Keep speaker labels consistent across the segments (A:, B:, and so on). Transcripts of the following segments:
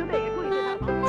A: 球队也注意对他防守。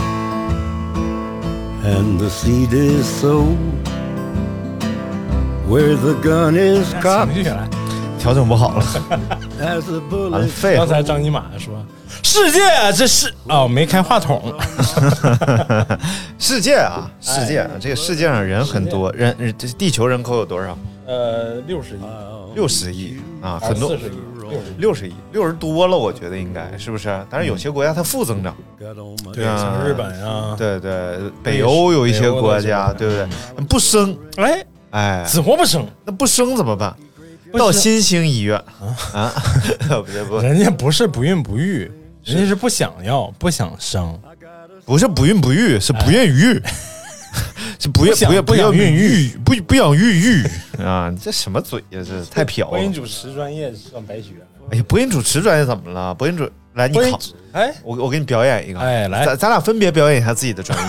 B: and the seed is sown, where the gun is
C: 情
B: cocked
C: 绪来。
D: 调整不好了，
B: as a
D: 完了
B: bullet
D: 废
C: 刚
D: 了。
C: 才张尼玛说：“世界，这是哦，没开话筒。
E: 世界啊，世界，这个世界上人很多，人人这地球人口有多少？”
C: 呃，六十亿，哦
E: 六十亿啊，很多
C: 四十亿，六十亿。
E: 六十亿，六十多了，我觉得应该是不是？但是有些国家它负增长，
C: 对，
E: 啊
C: 像日本啊，
E: 对对，北欧有一些国家，对不对？不生，
C: 哎，
E: 哎，
C: 死嗯活不生，
E: 那不生怎么办？
C: 不
E: 到
C: 生
E: 新兴医院啊， 不是不
C: 人家不是不孕不育，人家是不想要，不想生，
E: 不是不孕不育，是不愿育， 是不
C: 哎
E: 愿
C: 不想
E: 愿
C: 不
E: 不
C: 想孕
E: 愿
C: 育
E: 育，不不想孕育 啊！这什么嘴呀？这太瞟
C: 播音
E: 了！
C: 主持专业上白啊学，
E: 哎呀，播音主持专业怎么了？播音主来你
C: 播音
E: 考，
C: 哎，
E: 我我给你表演一个，
C: 哎来
E: 咱咱俩分别表演一下自己的专业，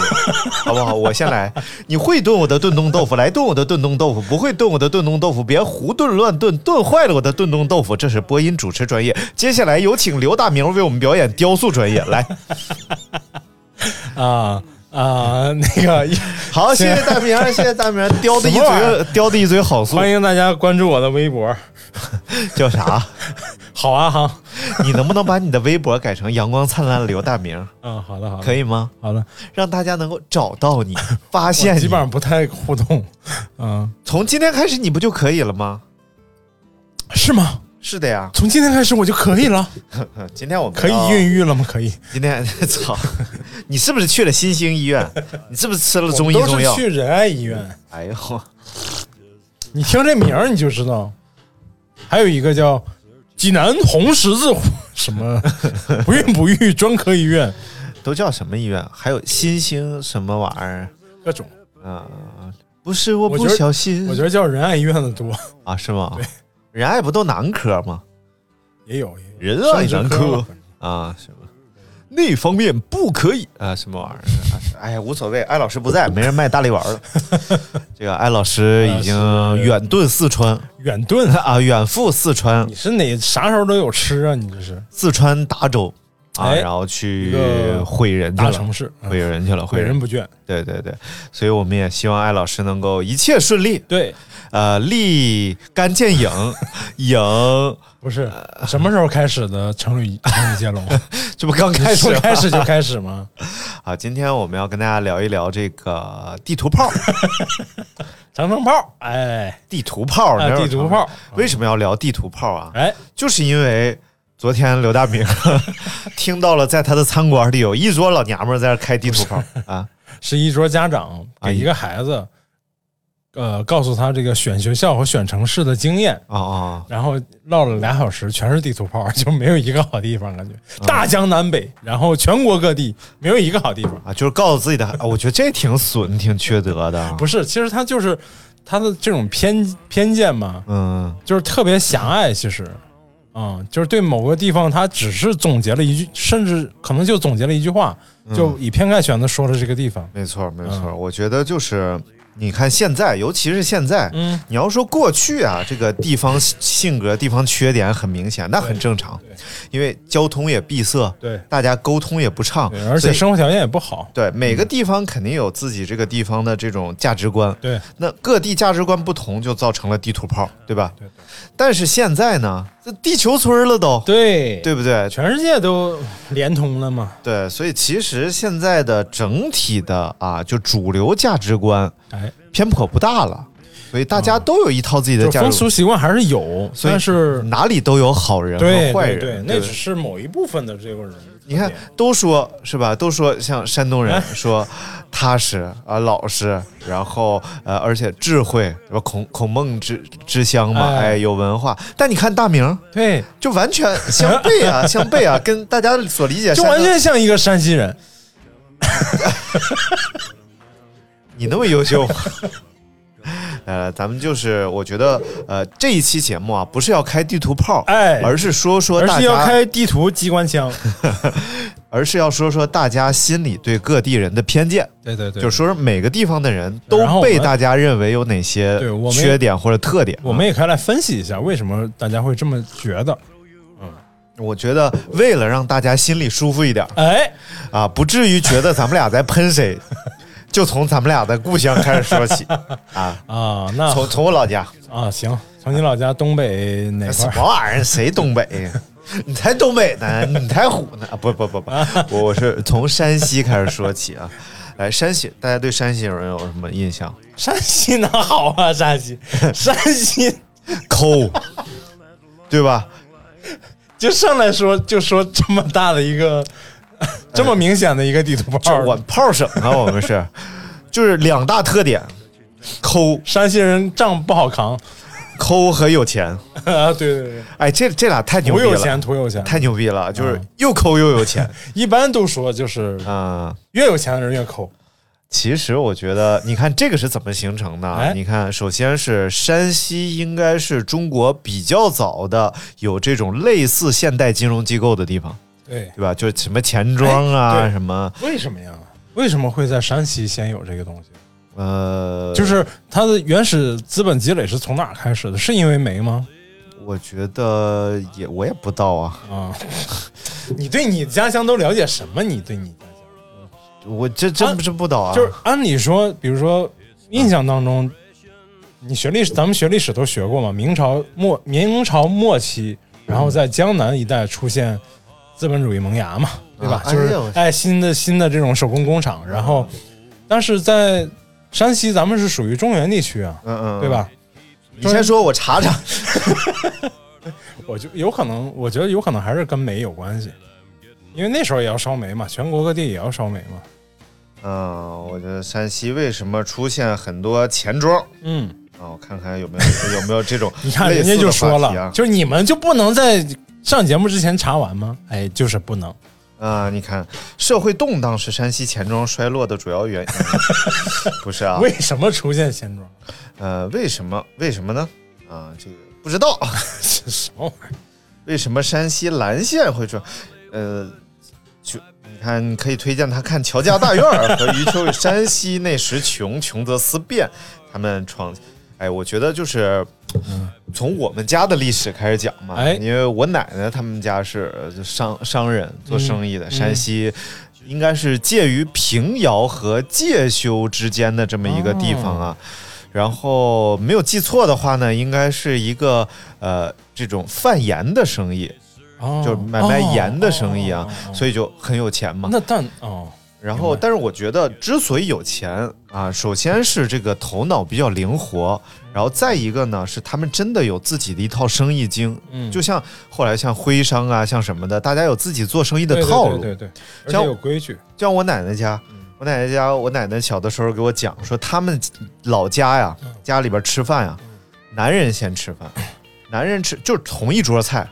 E: 好不好？我 先来，你会炖我的炖冬豆腐，来炖我的炖冬豆腐；不会炖我的炖冬豆腐，别胡炖乱炖，炖坏了我的炖冬豆腐。这是播音主持专业。接下来有请刘大明为我们表演雕塑专业， 来，
C: 啊啊， 那 个
E: 好，谢谢大明，谢谢大明，雕的一
C: 什么玩意儿
E: 嘴，雕的一嘴好素，
C: 欢迎大家关注我的微博，
E: 叫啥？
C: 好啊哈，
E: 你能不能把你的微博改成阳光灿烂刘 大明，
C: 嗯，好的好的，
E: 可以吗？
C: 好的，
E: 让大家能够找到你，发现
C: 我
E: 你。
C: 基本上不太互动，嗯，
E: 从今天开始你不就可以了吗？
C: 是吗？
E: 是的呀，
C: 从今天开始我就可以了，
E: 嗯今天我们
C: 可以
E: 要
C: 孕育了吗？可以，
E: 今天 操，你是不是去了新兴医 院？你是不是吃了中医
C: 我们
E: 中
C: 都
E: 药
C: 是？去仁爱医院，
E: 哎呦，
C: 你听这名儿你就知道，还有一个叫济南红十字什 么不孕不育专科医院，
E: 都叫什么医院？还有新兴什么玩意儿
C: 各种，
E: 啊？不是我
C: 我
E: 不
C: 觉得
E: 小心
C: 我觉得叫仁爱医院的多，
E: 啊，是吗？仁爱不都男科吗？
C: 也有也有
E: 仁爱男
C: 生殖科
E: 科
C: 嘛反正
E: 啊，什么那方面不可以啊？什么玩意儿？啊哎呀，无所谓，艾老师不 在，没人卖大力丸了。这个艾老师已经远遁四川
C: 远遁，
E: 啊，远赴四川
C: 你，是哪啥时候都有吃啊？你这是
E: 四川达州啊，
C: 哎
E: 然后去
C: 一个
E: 会人去
C: 大
E: 了。
C: 城市，嗯
E: 毁人去了，毁
C: 毁人
E: 人。
C: 不倦。
E: 对对对，所以我们也希望艾老师能够一切顺利，
C: 对，
E: 呃，立竿 见影，影，
C: 不是什么时候开始的成语成语接龙？
E: 这不刚 开
C: 你
E: 始
C: 说
E: 吗
C: 开始就开始吗？
E: 啊？今天我们要跟大家聊一聊这个地 图炮，
C: 长城炮，哎，
E: 地图炮，
C: 啊
E: 哪有
C: 地图炮
E: 嗯为什么要聊地图炮啊？
C: 哎，
E: 就是因为昨天刘大明 听到了，在他的餐馆里有一桌老娘们儿在那开地图炮啊，
C: 是一桌家长给一个孩子，呃，告诉他这个选学校和选城市的经验，
E: 哦哦，
C: 然后唠了俩小时，全是地图炮， 就没有一个好地方，感觉
E: 嗯
C: 大江南北，然后全国各地没有一个好地方。
E: 啊，就是告诉自己的，啊我觉得这挺损，挺缺德的，
C: 不是，其实他就是他的这种偏偏见嘛，
E: 嗯，
C: 就是特别狭隘，其实。嗯，就是对某个地方，他只是总结了一句，甚至可能就总结了一句话，
E: 嗯
C: 就以偏概全的说了这个地方。
E: 没错，没错，
C: 嗯
E: 我觉得就是你看现在，尤其是现在，
C: 嗯，
E: 你要说过去啊，这个地方性格、地方缺点很明显，那很正常，因为交通也闭塞，
C: 对
E: 大家沟通也不畅
C: 对，，而
E: 所
C: 且
E: 以
C: 生活嗯条件也不好。
E: 对每个地方肯定有自己这个地方的这种价值观，
C: 对，
E: 那各地价值观不同，就造成了地图炮，对吧？
C: 对对
E: 但是现在呢，这地球村了都，
C: 对
E: 对不对？
C: 全世界都连通了嘛？
E: 对，所以其实现在的整体的啊，就主流价值观
C: 哎，
E: 偏颇不大了。所以大家都有一套自己的
C: 就
E: 价
C: 风
E: 值
C: 俗
E: 观，
C: 习惯还是有，
E: 所以
C: 但是
E: 哪里都有好人
C: 对
E: 和坏
C: 对对，
E: 人。
C: 那
E: 对不
C: 只是某一部分的这个人。
E: 你看，都说是吧？都说像山东人说踏实啊、老实，然后呃，而且智慧，什么孔孔孟之之乡嘛，
C: 哎
E: 哎，有文化。但你看大明，
C: 对，
E: 就完全相 悖啊，相悖啊，跟大家所理解
C: 就
E: 山
C: 完
E: 东
C: 全像一个山西人。
E: 你那么优秀吗？ 呃，咱们就是我觉得，呃，这一期节目啊，不是要开地图炮，
C: 哎
E: 而是说说
C: 而
E: 大
C: 是要
E: 家，
C: 开地图机关枪。
E: 而是要说说大家心里对各地人的偏见，
C: 对对对，
E: 就是说说每个地方的人都
C: 然后我们
E: 被大家认为有哪些
C: 对我们
E: 缺点或者特点。啊
C: 我们也可以来分析一下，为什么大家会这么觉得？
E: 我觉得为了让大家心里舒服 一点
C: 哎，
E: 啊，不至于觉得咱们俩在喷谁，就从咱们俩的故乡开始说起啊，
C: 啊，那
E: 从从我老家。
C: 啊行，从你老家东北哪
E: 什
C: 块
E: 么
C: 儿？
E: 玩意儿？谁东北呀？你才东北呢，你才虎呢！啊，不不不不， 我我是从山西开始说起啊。来，山西，大家对山西人有什么印象？
C: 山西哪好啊？山 西，山西
E: 抠， 对吧？
C: 就上来说就说这么大的一 个。这么明显的一个地图
E: 就
C: 炮，
E: 我炮省啊，我们是，就是两大特点：抠、
C: 山西人账不好扛
E: 抠和有钱。
C: 啊！对对
E: 哎，这这俩太
C: 对，
E: 牛
C: 图
E: 逼
C: 有
E: 了，
C: 钱，嗯图有钱。
E: 太牛逼了，就是又抠又 有钱
C: 一般都说就是
E: 啊。
C: 越有钱的人越抠，
E: 其实我觉得，你看这个是怎么形成的啊？
C: 哎
E: 你看，首先是山西应该是中国比较早的有这种类似现代金融机构的地方，
C: 对，
E: 对吧？就是什么钱庄啊，
C: 哎对
E: 什么
C: 为什么呀？为什么会在山西先有这个东西？
E: 呃，
C: 就是它的原始资本积累是从哪儿开始的？是因为煤吗？
E: 我觉得也我也不知道啊，
C: 啊， 你对你家乡都了解什么？你对你家乡，
E: 我这真
C: 啊
E: 真不知道啊。
C: 就是按理说，比如说印象当中，你学历史，咱们学历史都学过嘛。明朝末，明朝末期，然后在江南一带出现资本主义萌芽嘛，对吧？
E: 啊
C: 就
E: 哎
C: 是
E: 呦
C: 哎新的新的这种手工工厂，然后但是在山西，咱们是属于中原地区啊，
E: 嗯嗯，
C: 对？吧？
E: 你先说，我查查。
C: 我就有可能，我觉得有可能还是跟煤有关系，因为那时候也要烧煤嘛，全国各地也要烧煤嘛。
E: 嗯，我觉得山西为什么出现很多钱庄
C: 嗯，
E: 啊？我看看有没有有没有这种
C: 你看
E: 类
C: 人
E: 似
C: 家就
E: 的
C: 说
E: 话题
C: 了，
E: 啊
C: 就是你们就不能在上节目之前查完吗？哎，就是不能。
E: 啊、你看，社会动荡是山西钱庄衰落的主要原因， 不是啊？
C: 为什么出现钱庄？
E: 呃，为什么？为什么呢？啊，这个不知道，
C: 这什么玩意儿？
E: 为什么山西岚县会说，呃，就你看，你可以推荐他看《乔家大院儿》和余秋雨《山西那时穷，穷则思变》，他们创，哎，我觉得就是。从我们家的历史开始讲嘛，
C: 嗯哎
E: 因为我奶奶他们家是呃商商人做生意的，
C: 嗯
E: 山西应该是介于平遥和介休之间的这么一个地方
C: 哦
E: 啊。然后没有记错的话呢，应该是一个呃这种贩盐的生意，
C: 哦
E: 就是买卖盐的生意啊，所
C: 以
E: 以就很有钱嘛。
C: 哦那但哦，
E: 然后，
C: 明白
E: 但是我觉得之所以有钱啊，首先是这个头脑比较灵活，然后再一个呢是他们真的有自己的一套生意经，
C: 嗯
E: 就像后来像徽商啊，像什么的，大家有自己做生意的
C: 对对
E: 套路。
C: 对对对，而且
E: 像
C: 有规矩。
E: 就像我奶奶家，我奶奶家，我奶奶小的时候给我讲说，他们老家呀，
C: 嗯
E: 家里边吃饭呀，男人先吃 饭，男人吃就是同一桌菜，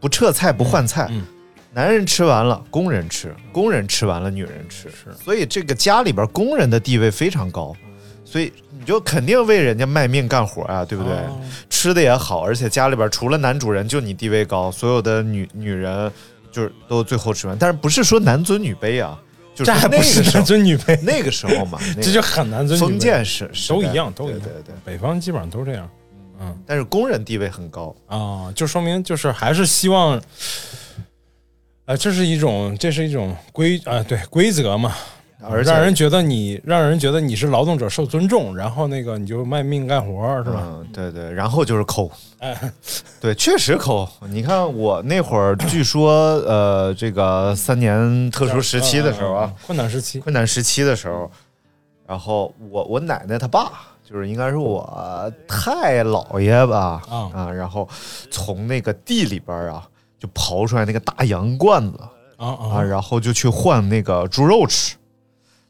E: 不撤菜不换菜
C: 嗯嗯嗯，嗯
E: 男人吃完了，工人吃，工人吃完了，女人吃
C: 是，嗯
E: 所以这个家里边工人的地位非常高。所以你就肯定为人家卖命干活啊，对不对？
C: 哦
E: 吃的也好，而且家里边除了男主人就你地位高，所有的女女人就是都最后吃完。但是不是说男尊女卑啊？就是
C: 这 还不
E: 那个
C: 是
E: 时
C: 男
E: 候，
C: 尊女卑，
E: 那个时 候嘛，那个
C: 这就很男尊女卑。
E: 封建时时代
C: 都一样，都一
E: 对
C: 样。
E: 对对。
C: 北方基本上都这样。嗯。
E: 但是工人地位很高，
C: 啊，就说明就是还是希望，呃，这是一种这是一种规啊、对规则嘛，
E: 而且
C: 让嗯人觉得你让人觉得你是劳动者受尊重，然后那个你就卖命干活儿是哎吧？
E: 嗯，对对，然后就是抠， 对，确实抠。你看我那会儿，据 说呃，这个三年特殊时期的时候啊，
C: 嗯，嗯嗯困难时期
E: 困难时期的时候，然后我我奶奶她爸就是应该是我太姥爷吧，
C: 啊
E: 啊，然后从那个地里边儿啊，就刨出来那个大洋罐子
C: 啊
E: 啊，
C: 啊！
E: 然后就去换那个猪肉吃，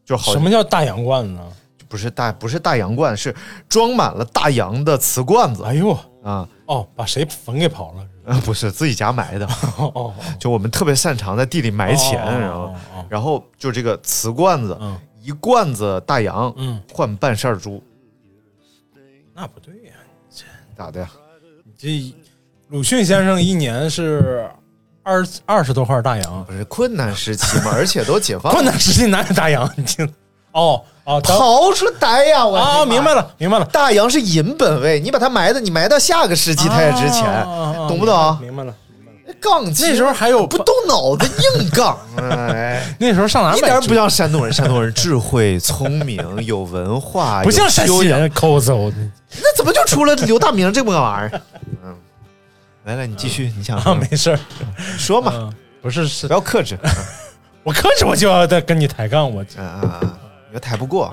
E: 就好
C: 什么叫大洋罐子呢？
E: 不是大不是大洋罐，是装满了大洋的瓷罐子
C: 哎呦，
E: 啊
C: 哦，把谁坟给刨了？
E: 啊，不是自己家埋的，
C: 哦哦，
E: 就我们特别擅长在地里埋钱，
C: 哦
E: 然后
C: 哦哦
E: 然后就这个瓷罐子，
C: 嗯
E: 一罐子大洋
C: 嗯，
E: 换半扇儿猪，
C: 那不对呀、
E: 咋的呀？
C: 你这鲁迅先生一年是二二十多块大洋，
E: 不是困难时期 嘛，而且都解放了，
C: 困难时期哪有大洋？你听，哦哦，当
E: 刨出来呀！我的
C: 啊，
E: 妈
C: 明白。了，明白了，
E: 大洋是银本位，你把它埋的，你埋到下个世纪它也值钱，
C: 啊啊啊
E: 懂不懂？
C: 明白了，
E: 杠精
C: 那时候还有
E: 不动脑子硬杠，哎，
C: 那时候上哪儿
E: 一
C: 买
E: 点儿
C: 猪
E: 不像山东人，山东人智慧、聪明、有文化，
C: 不像
E: 有
C: 山
E: 修
C: 西
E: 养，
C: 人抠搜的
E: 那怎么就出了刘大明这么个玩意儿？嗯，来来，你继续，你想
C: 啊，
E: 说
C: 没事儿，
E: 说嘛，
C: 嗯，不是是
E: 不，要克制，
C: 我克制我就要再跟你抬杠，我
E: 嗯嗯嗯嗯，又抬不过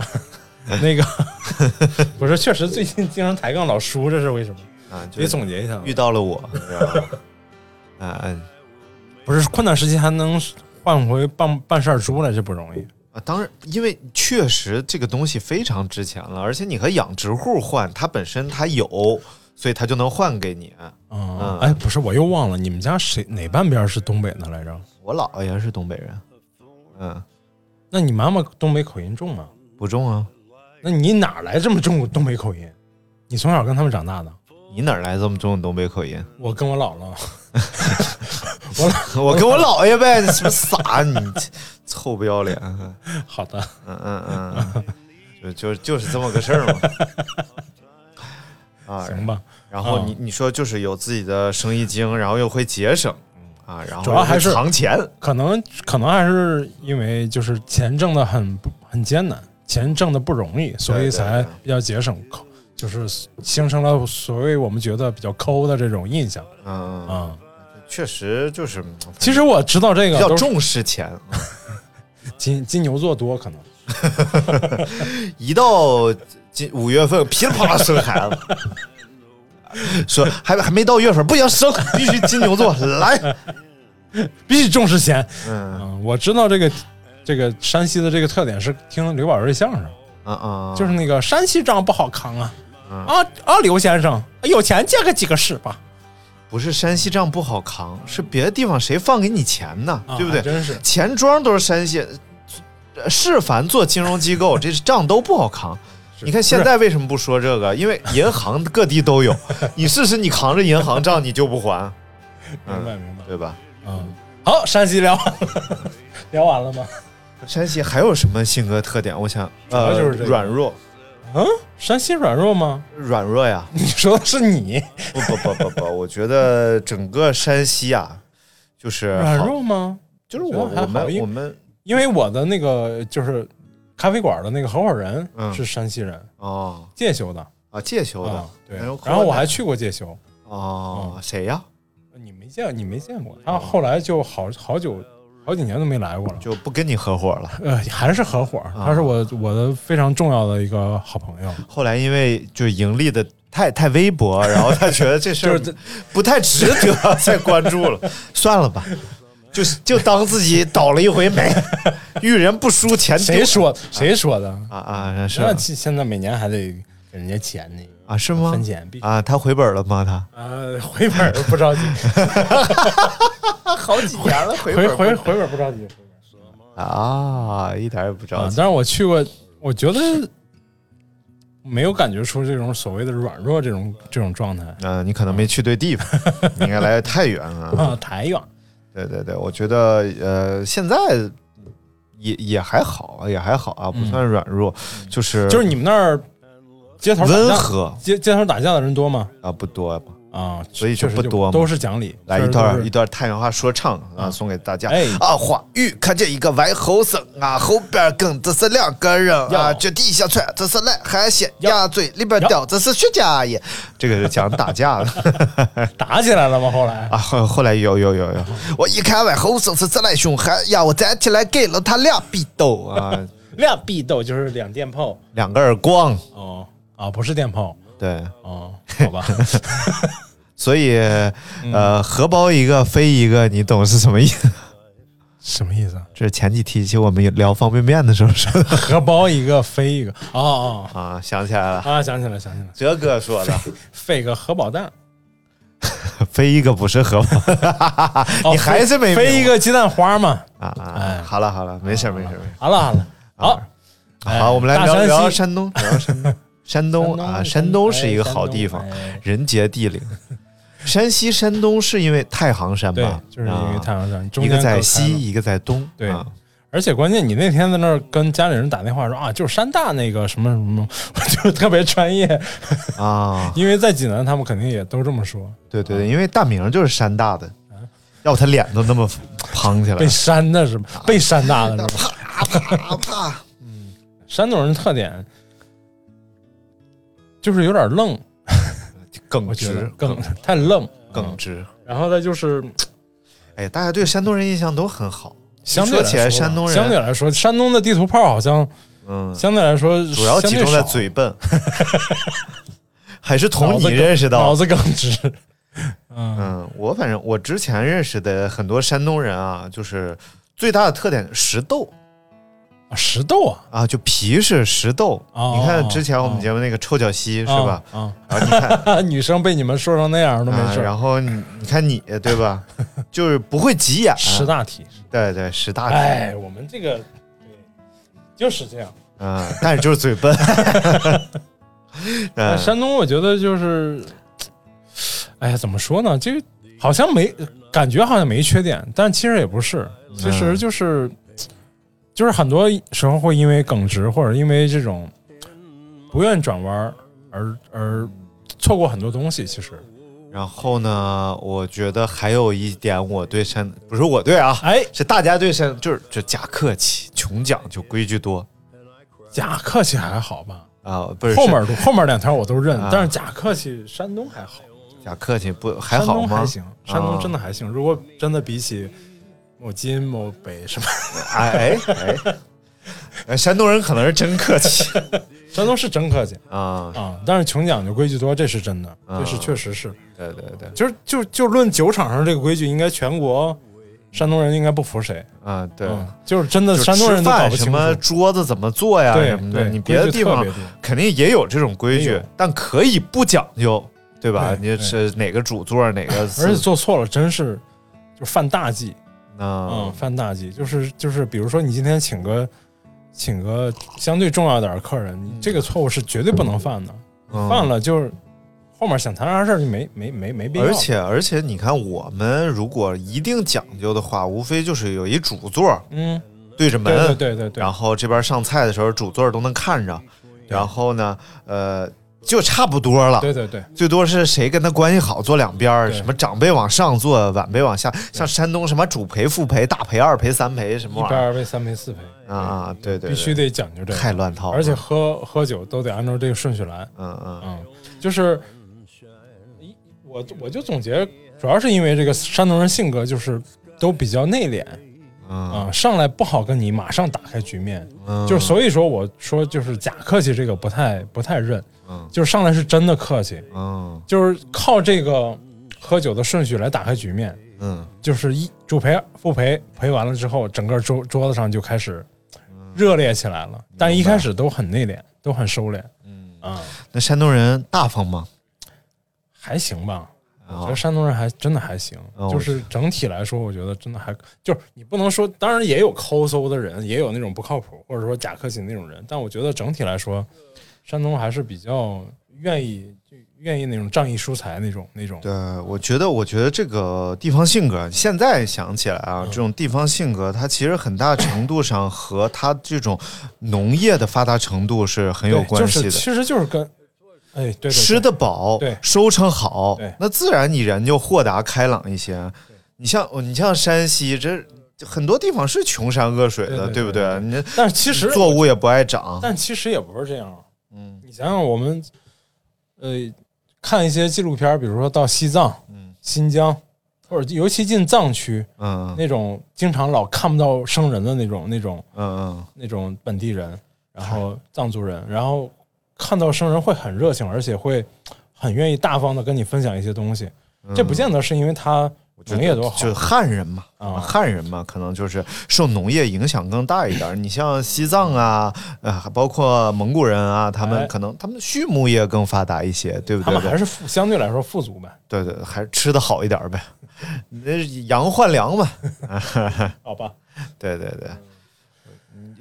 C: 那个 不是，确实最近经常抬杠老输，这是为什么？
E: 啊，就
C: 得总结一下吧，
E: 遇到了我，是吧啊嗯。
C: 不是困难时期还能换回半半扇猪来，这不容易。
E: 啊，当然，因为确实这个东西非常值钱了，而且你和养殖户换，它本身它有，所以它就能换给你。啊
C: 嗯，哎，不是，我又忘了，你们家谁哪半边是东北的来着？
E: 我姥爷是东北人，嗯，
C: 那你妈妈东北口音重吗？
E: 不重啊，
C: 那你哪来这么重东北口音？你从小跟他们长大的？
E: 你哪来这么重的东北口音？
C: 我跟我姥姥，
E: 我跟我姥爷呗，你是不是傻？你臭不要脸！嗯
C: 好的，
E: 嗯嗯，嗯，就就就是这么个事儿嘛。啊，
C: 行吧。嗯
E: 然后你你说就是有自己的生意经，然后又会节省啊，然后
C: 主要还
E: 又会
C: 是
E: 藏钱，
C: 可能可能还是因为就是钱挣的很不很艰难，钱挣的不容易，所以
E: 对
C: 才比较节省抠，就是形成了所谓我们觉得比较抠的这种印象
E: 嗯。
C: 啊、
E: 确实就是，嗯
C: 其实我知道这
E: 比
C: 个
E: 较
C: 都是
E: 重视钱。
C: 金金牛座多可能。
E: 一到今五月份，噼里啪啦生孩子， 说还还没到月份，不行生，必须金牛座 来。
C: 必须重视钱。
E: 嗯
C: 嗯，我知道这个这个山西的这个特点是听刘宝瑞相声，
E: 啊啊，
C: 就是那个山西账不好扛啊。
E: 嗯
C: 啊啊，刘先生，有钱借个几个使吧，
E: 不是山西账不好扛，是别的地方谁放给你钱呢？
C: 啊
E: 对不对？
C: 还真是
E: 钱庄都是山西，呃是凡做金融机 构，这账都不好扛。你看现在为什么不说这个？因为银行各地 都有，你试试你扛着银行账你就不还，
C: 明白明白。
E: 对吧？
C: 嗯，好，山西聊完 了，聊完了吗？
E: 山西还有什么性格特点？我想，呃，
C: 主要就是这个
E: 软弱，
C: 嗯，山西软弱吗？
E: 软弱呀！
C: 你说的是你
E: 不不不不不，我觉得整个山西啊，就是哎好
C: 软，弱吗？
E: 就是我
C: 我觉得还
E: 我
C: 好
E: 们
C: 因为
E: 我们
C: 因为我的那个就是咖啡馆的那个合伙人
E: 嗯
C: 是山西人，
E: 哦
C: 介休的
E: 啊，介休的
C: 啊，对。
E: 哎呦
C: 然后我还去过介休，
E: 哦，谁呀？
C: 你没见，你没见过他，后来就好好久好几年都没来过了。
E: 就啊不跟你合伙了。
C: 呃，还是合伙，他是我我的非常重要的一个好朋 友。
E: 后来因为就盈利的太太微薄，然后他觉得这事
C: 就
E: 儿
C: 是
E: 不太值得再关注了， 算了吧，就是就当自己倒了一回霉， 遇人不淑钱丢
C: 谁说谁说的？
E: 啊啊是
C: 那现现在每年还得给人家钱呢，
E: 啊是吗？
C: 分钱必须
E: 啊，他回本了吗？他
C: 呃，回本儿不着急，
E: 啊好几年了，回
C: 回回回本儿不着急。
E: 啊，一点也不
C: 啊
E: 着，急。
C: 但是我去过，我觉得没有感觉出这种所谓的软弱这种这种状态
E: 嗯、你可能没去对 地方，你应该来的太远了。
C: 啊，太远。
E: 对对对，我觉得呃，现在也也还好，也还好啊，不算软弱，就是
C: 嗯就是你们那儿街头打架
E: 温和
C: 街街头打架的人多吗？
E: 啊，不多吧。
C: 啊，
E: 所以就
C: 确实
E: 不多嘛
C: 都是讲理。
E: 来
C: 确
E: 一
C: 实都
E: 段
C: 是
E: 一段太原话说唱啊，送给大家。
C: 哎
E: 啊，话语看见一个歪猴子啊，后边跟这是两个人啊，
C: 哟
E: 脚底下踹这是癞海鲜
C: 哟
E: 呀，嘴里边叼这是雪茄叶。这个是讲打架的
C: 打起来了吗？后来
E: 啊，后后来有有有有，我一看歪猴子是这来凶悍呀，我站起来给 了他俩逼斗啊，
C: 两臂斗就是两电炮
E: 两个耳光
C: 哦，啊，不是电炮
E: 对，
C: 啊，好 吧，
E: 所以呃，
C: 嗯
E: 荷包一个飞一个，你懂是什么意思？
C: 什么意思啊？
E: 这是前几期我们聊方便面的时候说的
C: 荷包一个飞一个，哦
E: 啊，想起来
C: 哦
E: 了，
C: 啊，想起来想起来，
E: 哲哥说 的，
C: 飞个荷包蛋，
E: 飞一个不是荷包， 你还是没
C: 哦飞飞一个鸡蛋花嘛？
E: 啊啊！
C: 哎
E: 好了好了，没事儿没事儿没事儿。
C: 好了 好了，
E: 啊
C: 好，哎
E: 好，我们来
C: 大
E: 聊
C: 山
E: 聊
C: 西
E: 山东，聊聊 山东。山东啊，山东是一个好地方
C: 哎，山东哎
E: 人杰地灵。山西、山东是因为太行山
C: 对
E: 吧？，啊
C: 就是因为太行山，中
E: 一
C: 间
E: 个
C: 隔
E: 在
C: 开了
E: 西，一个在东。
C: 对
E: 啊
C: 而且关键，你那天在那儿跟家里人打电话说啊，就是山大那个什么什么， 我就特别专业，
E: 啊，
C: 因为在济南，他们肯定也都这么说，
E: 对对对，因为大明就是山大的，要不他脸都那么胖起来
C: 被。扇的是吧？被扇大了是吧？嗯
F: 啪啪啪，
C: 山东人特点就是有点愣，
E: 耿
C: 我觉得
E: 直，
C: 更太愣，
E: 耿直。
C: 然后他就是
E: 哎，大家对山东人印象都很好。
C: 相对
E: 说
C: 来
E: 起
C: 说
E: 来，
C: 吧，
E: 山东
C: 相对
E: 人
C: 来说，山东的地图炮好像
E: 嗯，
C: 相对来说
E: 主要集中
C: 在
E: 在 嘴笨，还是
C: 脑
E: 从
C: 子
E: 你
C: 更
E: 认识到
C: 脑子更直，
E: 嗯，我反正我之前认识的很多山东人啊，就是最大的特点是石豆
C: 啊石头啊，
E: 啊，就皮是石豆。
C: 哦
E: 你看之前我们
C: 哦
E: 节目那个臭脚西、是吧？
C: 啊？
E: 然后你看
C: 啊，女生被你们说成那 样都没
E: 啊，
C: 事儿。
E: 然后你你看你对吧？就是不会急 眼，
C: 十大题，
E: 对对十大题，
C: 哎，我们这个对就是这样。
E: 嗯，但是就是 嘴笨。
C: 但
E: 嗯，
C: 山东，我觉得就是，哎呀，怎么说呢？这个好像没感觉，好像没缺点，但其实也不是，其实就是、就是很多时候会因为耿直或者因为这种不愿转弯儿而而错过很多东西。其实，
E: 然后呢，我觉得还有一点，我对山不是我对啊，
C: 哎，
E: 是大家对山就是就假客气，穷讲究，规矩多
C: 假客气还好吧？
E: 啊，不是
C: 后
E: 是
C: 面后面两条我都认，
E: 啊
C: 但是假客气，山东还好。
E: 假客气不还
C: 山
E: 好
C: 东
E: 吗？
C: 还行，山
E: 啊
C: 东真的还行。如果真的比起某金、某北什么，
E: 哎哎哎哎，山东人可能是真客气
C: 山东是真客气
E: 啊！
C: 啊，但是穷讲究规矩多，这是真的，
E: 啊
C: 这是确实是。
E: 对对对，
C: 就是就就论酒场上这个规矩，应该全国山东人应该不服谁。
E: 啊对，
C: 嗯，就是真的
E: 就
C: 山东人
E: 吃
C: 都搞
E: 饭
C: 不
E: 什
C: 清楚。
E: 么桌子怎么做呀
C: 对
E: 什么的，
C: 对
E: 你别的
C: 规矩
E: 地方
C: 特别多
E: 肯定也有这种规
C: 也
E: 矩
C: 有，
E: 但可以不讲究，对吧？
C: 对
E: 你是哪个主座哪个
C: 而且
E: 次
C: 做错了真是就犯大忌，嗯，
E: 啊？
C: 犯大忌就是就是，比如说你今天请个请个相对重要点儿的客人，你这个错误是绝对不能犯的。
E: 嗯
C: 放了就是后面想谈啥事儿就没没没没必要。
E: 而且而且，你看我们如果一定讲究的话，无非就是有一主座
C: 嗯，
E: 对着
C: 对对
E: 门，
C: 对对对，
E: 然后这边上菜的时候主座都能看着，然后呢，呃，就差不多了。
C: 对对对，
E: 最多是谁跟他关系好坐两边儿，
C: 对
E: 什么长辈往上坐，晚辈往下。像山东什么主陪、副陪、大陪、二陪、三陪什么
C: 一
E: 玩
C: 杯
E: 意儿
C: 二杯三杯四杯，
E: 啊啊？对对，
C: 必须
E: 对
C: 得讲究这
E: 太
C: 个。
E: 乱套了。
C: 而且喝喝酒都得按照这个顺序来，
E: 嗯嗯
C: 嗯，就是一我我就总结，主要是因为这个山东人性格就是都比较内敛
E: 嗯
C: 啊、上来不好跟你马上打开局面，
E: 嗯，
C: 就是所以说我说就是假客气这个不太不太认，
E: 嗯
C: 就是上来是真的客气，
E: 嗯
C: 就是靠这个喝酒的顺序来打开局面。
E: 嗯
C: 就是一主陪、副陪陪完了之后，整个桌桌子上就开始
E: 嗯
C: 热烈起来了。但一开始都很内敛，都很收敛，
E: 嗯。
C: 啊、
E: 那山东人大方吗？
C: 还行吧。我觉
E: 啊
C: 得山东人还真的还行，
E: 哦
C: 就是整体来说，我觉得真的还就是你不能说，当然也有抠搜的人，也有那种不靠谱或者说假客气那种人，但我觉得整体来说，山东还是比较愿意就愿意那种仗义疏财那种那种。
E: 对，我觉得，我觉得这个地方性格，现在想起来
C: 嗯
E: 啊，这种地方性格，它其实很大程度上和它这种农业的发达程度是很有
C: 对
E: 关系
C: 就
E: 的。
C: 是其实就是跟哎对对对
E: 吃得饱，
C: 对
E: 收成好
C: 对，
E: 那自然你人就豁达开朗一些。你像哦你像山西，这很多地方是穷山恶水的，
C: 对对
E: 不
C: 对
E: 对？你这
C: 但是其实
E: 作物也不爱长，
C: 但其实也不是这样。啊
E: 嗯
C: 你想想，我们呃看一些纪录片儿，比如说到西藏、
E: 嗯
C: 新疆，或者尤其进藏区
E: 嗯嗯
C: 那种，经常老看不到生人的那种、那种、
E: 嗯
C: 那种本地人，然后藏族人，然后看到生人会很热情，而且会很愿意大方的跟你分享一些东西。
E: 嗯
C: 这不见得是因为他
E: 就
C: 农业多好，
E: 就汉人嘛，
C: 啊
E: 汉人嘛，可能就是受农业影响更大一点儿。你像西藏啊，呃，包括蒙古人啊，他
C: 哎
E: 们可能他们畜牧业更发达一些，对不
C: 他
E: 对？
C: 们还是富，相对来说富足呗。
E: 对对，还是吃的好一点儿呗。 你那羊换粮嘛，
C: 好吧，
E: 对对对，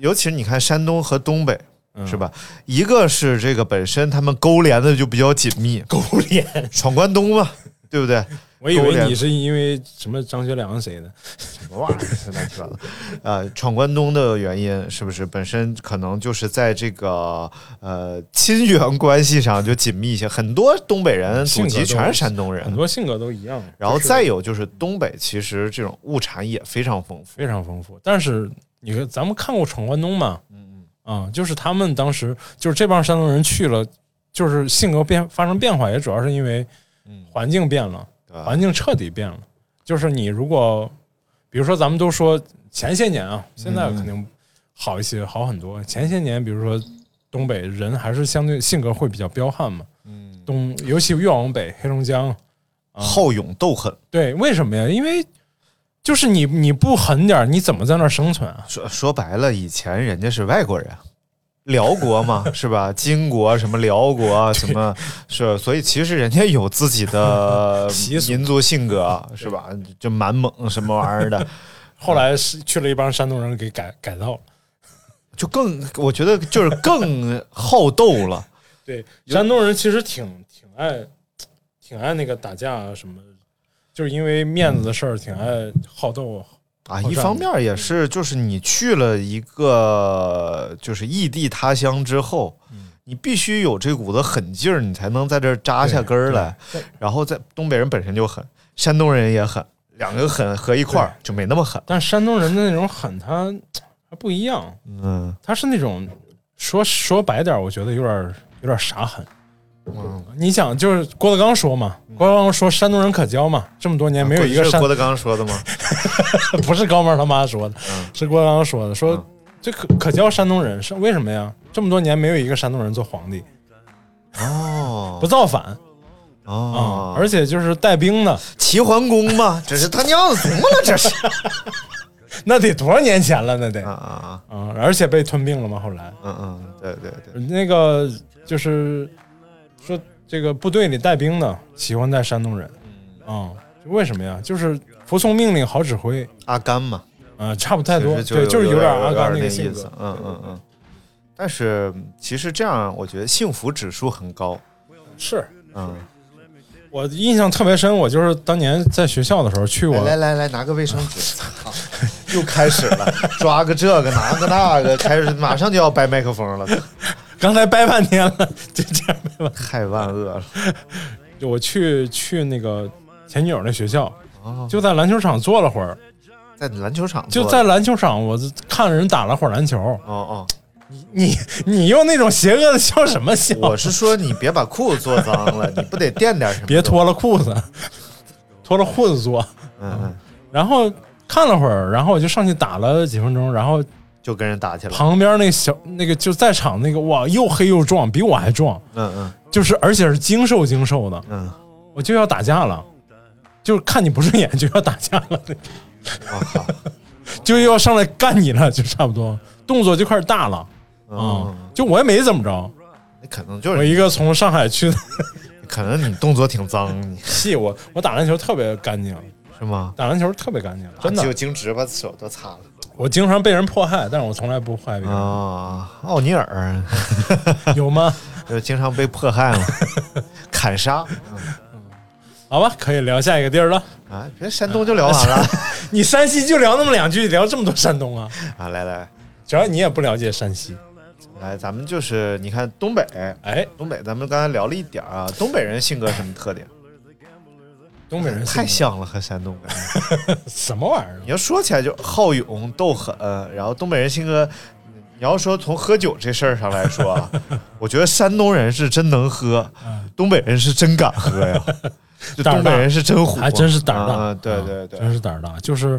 E: 尤其是你看山东和东北。
C: 嗯
E: 是吧？一个是这个本身他们勾连的就比较紧 密，
C: 狗脸，
E: 闯关东嘛，对不对？
C: 我以
E: 狗
C: 为
E: 脸
C: 你是因为什么张学良谁的，
E: 什么玩意儿？乱七八糟。呃，闯关东的原因是不是本身可能就是在这个呃亲缘关系上就紧密一些？很多东北人
C: 性
E: 祖
C: 格
E: 籍
C: 都
E: 全是山东
C: 很
E: 人，
C: 多性格都一样。
E: 然后
C: 就是
E: 再有就是东北其实这种物产也非常丰富。
C: 非常丰富。但是你看，咱们看过《闯关东》嘛，嗯嗯，啊，就是他们当时就是这帮山东人去了，就是性格变发生变化，也主要是因为环境变了，
E: 对
C: 环境彻底变了。就是你如果，比如说咱们都说前些年啊，现在肯定好一些，好很多。前些年，比如说东北人还是相对性格会比较彪悍嘛，嗯，东尤其越往北，黑龙江。
E: 好勇斗狠，
C: 对，为什么呀？因为就是你你不狠点儿，你怎么在那儿生存啊？
E: 说说白了，以前人家是外国人，辽国 嘛，是吧？金国什么辽国啊什么，是所以其实人家有自己的
C: 习俗
E: 民族性格，是吧？就蛮猛什么玩意儿的，
C: 后
E: 嗯
C: 来是去了一帮山东人给改改造了。
E: 就更我觉得就是更好斗 了。
C: 对，山东人其实挺挺爱挺爱那个打架啊什么，就是因为面子的事儿，挺爱好斗。
E: 啊，
C: 好
E: 一
C: 战
E: 方面也是，就是你去了一个就是异地他乡之后，你必须有这股子狠劲儿，你才能在这儿扎下根儿来。然后在东北人本身就狠，山东人也狠，两个狠合一块儿就没那么狠。
C: 但山东人的那种狠，他他不一样，
E: 嗯，
C: 他是那种说说白点儿，我觉得有点儿有点儿傻狠。
E: 嗯
C: 你想，就是郭德纲说嘛，郭德纲说山东人可教嘛，这么多年没有一个
E: 这嗯啊是
C: 山
E: 郭德纲说的 吗？
C: 不是高妹儿他妈说的，
E: 嗯
C: 是郭德纲说的，说这可可教山东人是为什么呀？这么多年没有一个山东人做皇帝，
E: 嗯哦
C: 不造反啊、
E: 哦，
C: 而且就是带兵的，
E: 齐桓公嘛，这是他娘的什么了？这是
C: 那得多少年前了？那得
E: 啊
C: 啊、
E: 啊啊！
C: 而且被吞并了嘛。后来
E: 嗯嗯，对对对，
C: 那个就是说这个部队里带兵的喜欢带山东人，啊、
E: 嗯
C: 为什么呀？就是服从命令，好指挥，
E: 阿甘嘛，
C: 啊，差不太多，
E: 其实
C: 对，就是
E: 有
C: 点
E: 点
C: 阿甘
E: 那
C: 那个性
E: 意
C: 格
E: 思，，嗯嗯嗯。但是其实这样，我觉得幸福指数很高。
C: 是。
E: 嗯，
C: 我印象特别深，我就是当年在学校的时候去过，
E: 来来来，拿个卫生纸，操又开始了，抓个这个，拿个那个，开始马上就要掰麦克风了，
C: 刚才掰半天了，就这样掰完。
E: 太万恶了。
C: 就我去去那个前女友那学校，就在篮球场坐了会儿，
E: 在篮球场
C: 就
E: 坐
C: 在
E: 着
C: 篮球场，我就看人打了会儿篮球。
E: 哦哦，
C: 你你用那种邪恶的笑什么笑？
E: 我是说你别把裤子坐脏了，你不得垫点什么？
C: 别，脱了裤子， 脱了裤子坐，
E: 嗯嗯，
C: 然后看了会儿，然后我就上去打了几分钟，然后
E: 就跟人打起来。
C: 旁边那小那个就在场那个哇，又黑又壮，比我还壮，
E: 嗯嗯
C: 就是而且是精瘦精瘦的，
E: 嗯，
C: 我就要打架了，就是看你不顺眼就要打架了，
E: 我
C: 哦
E: 靠，
C: 就要上来干你了，就差不多，动作就开始大了啊、
E: 嗯，
C: 就我也没怎么着，
E: 那可能就
C: 我
E: 是
C: 一个从上海去的
E: 可能你动作挺脏，你
C: 戏，我我打篮球特别干净，
E: 是吗？
C: 打篮球特别干净，真
E: 啊只有
C: 的。
E: 径直把手都擦了
C: 我经常被人迫害，但是我从来不迫害别人，
E: 啊！奥尼尔
C: 有吗？
E: 就经常被迫害 嘛，砍杀
C: 嗯好吧，可以聊下一个地儿了。
E: 啊！别山东就聊完了
C: 你山西就聊那么两句，聊这么多山东啊？
E: 啊！来来
C: 主要你也不了解山西，
E: 来，咱们就是你看东北，
C: 哎，
E: 东北咱们刚才聊了一点儿啊，东北人性格什么特点？
C: 东北人
E: 太
C: 像
E: 像了和山东人。
C: 什么玩意儿 啊
E: 你要说起来就好勇斗狠，然后东北人性格，你要说从喝酒这事儿上来说 啊，我觉得山东人是真能喝，
C: 嗯
E: 东北人是真敢喝 呀，就
C: 胆儿
E: 东
C: 大
E: 北人是真虎，
C: 还真是胆儿大、
E: 啊对
C: 啊
E: 对对，
C: 真是胆儿大，就是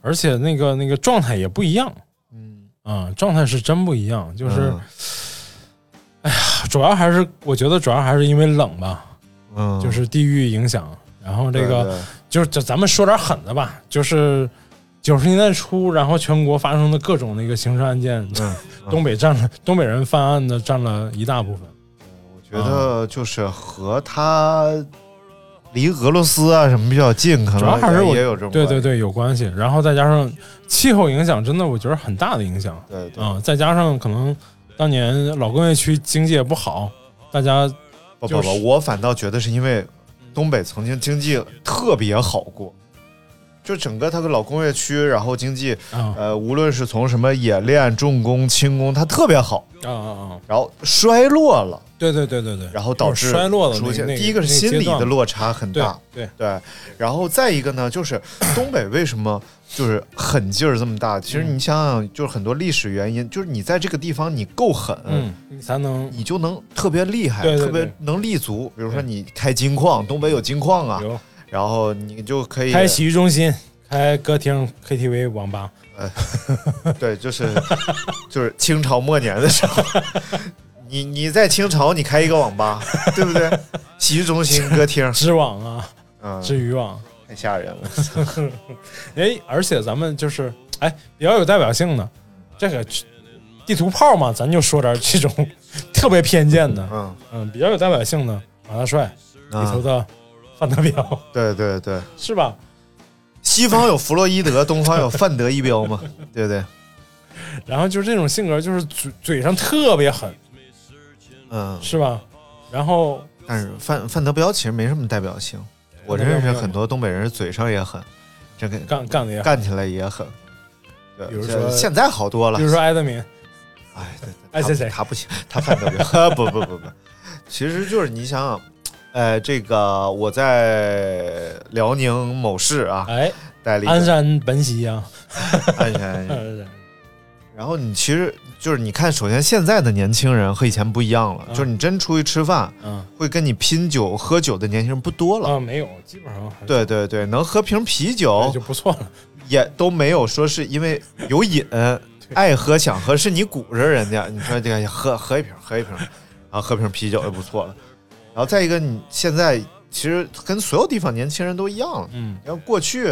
C: 而且那个那个
E: 嗯
C: 状态也不一样，嗯啊，状态是真不一样，就是、
E: 嗯
C: 主要还是我觉得主要还是因为冷吧，
E: 嗯，
C: 就是地域影响。然后这
E: 对
C: 个
E: 对
C: 就是这咱们说点狠的吧，就是九十年代初，然后全国发生的各种那个刑事案件，
E: 嗯
C: 东北占了东北人犯案的占了一大部分。
E: 觉得
C: 啊
E: 就是和他离俄罗斯啊什么比较近，可
C: 主要
E: 能
C: 还是我
E: 也有这种
C: 对对
E: 关系
C: 对有关系，然后再加上气候影响，真的我觉得很大的影响
E: 对对
C: 啊、再加上可能当年老工业区经济也不好，大家
E: 不
C: 就
E: 不
C: 是
E: 不，我反倒觉得是因为东北曾经经济特别好过，就整个它个老工业区，然后经济
C: 啊
E: 呃，无论是从什么冶炼、重工、轻工，它特别好，
C: 啊啊啊，
E: 然后衰落了，
C: 对对对对对，
E: 然后导致
C: 衰落的
E: 出现。
C: 那
E: 第一个是心理的，落差很
C: 那阶
E: 大
C: 段，对对
E: 对，然后再一个呢，就是东北为什么就是狠劲儿这么
C: 嗯
E: 大？其实你想想，就是很多历史原因，就是你在这个地方你够狠，
C: 嗯，你才能
E: 你就能特别厉害，
C: 对对
E: 特别
C: 对
E: 能立足。比如说
C: 对
E: 你开金矿，东北有金矿啊，
C: 有
E: 然后你就可以
C: 开洗浴中心、开歌厅、KTV、网吧，
E: 对，就是 就是清朝末年的时候， 你你在清朝你开一个网吧，对不对？洗浴中 心、歌厅，
C: 知网啊、
E: 嗯，
C: 知渔网，
E: 太吓人了。
C: 哎，而且咱们就是哎比较有代表性的这个地图炮嘛，咱就说点这种 特别偏见的，
E: 嗯，
C: 嗯，比较有代表性的马大帅里头
E: 啊，
C: 的范德彪
E: 对对对，
C: 是吧？
E: 西方有弗洛伊德，东方有范德一彪 嘛，对不对？
C: 然后就是这种性格，就是嘴嘴上特别狠，
E: 嗯，
C: 是吧？然后
E: 但是范范德彪其实没什么代表性，我认识很多东北人嘴上也狠，这个
C: 干干的也，
E: 干起来也狠。对
C: 比如说
E: 现在好多了，
C: 比如说，埃德民，
E: 哎，对
C: 哎谁谁
E: 他不行，他犯 得了。 不不不不，其实就是你想想，呃，这个我在辽宁某市啊
C: 哎，
E: 待了一
C: 鞍
E: 个
C: 山本溪啊，
E: 鞍山，
C: 呃
E: 然后你其实就是你看，首先现在的年轻人和以前不一样了，
C: 嗯
E: 就是你真出去吃饭，
C: 嗯
E: 会跟你拼酒喝酒的年轻人不多了。
C: 啊，没有，基本上还是
E: 对哦对对，能喝瓶啤
C: 哎
E: 酒
C: 就不错了，
E: 也都没有说是因为 有瘾，爱喝想喝，是你鼓着人家，你说这个喝喝一瓶，喝一瓶， 然后喝瓶啤酒就不错了。然后再一个，你现在其实跟所有地方年轻人都一样了。
C: 嗯
E: 然后过去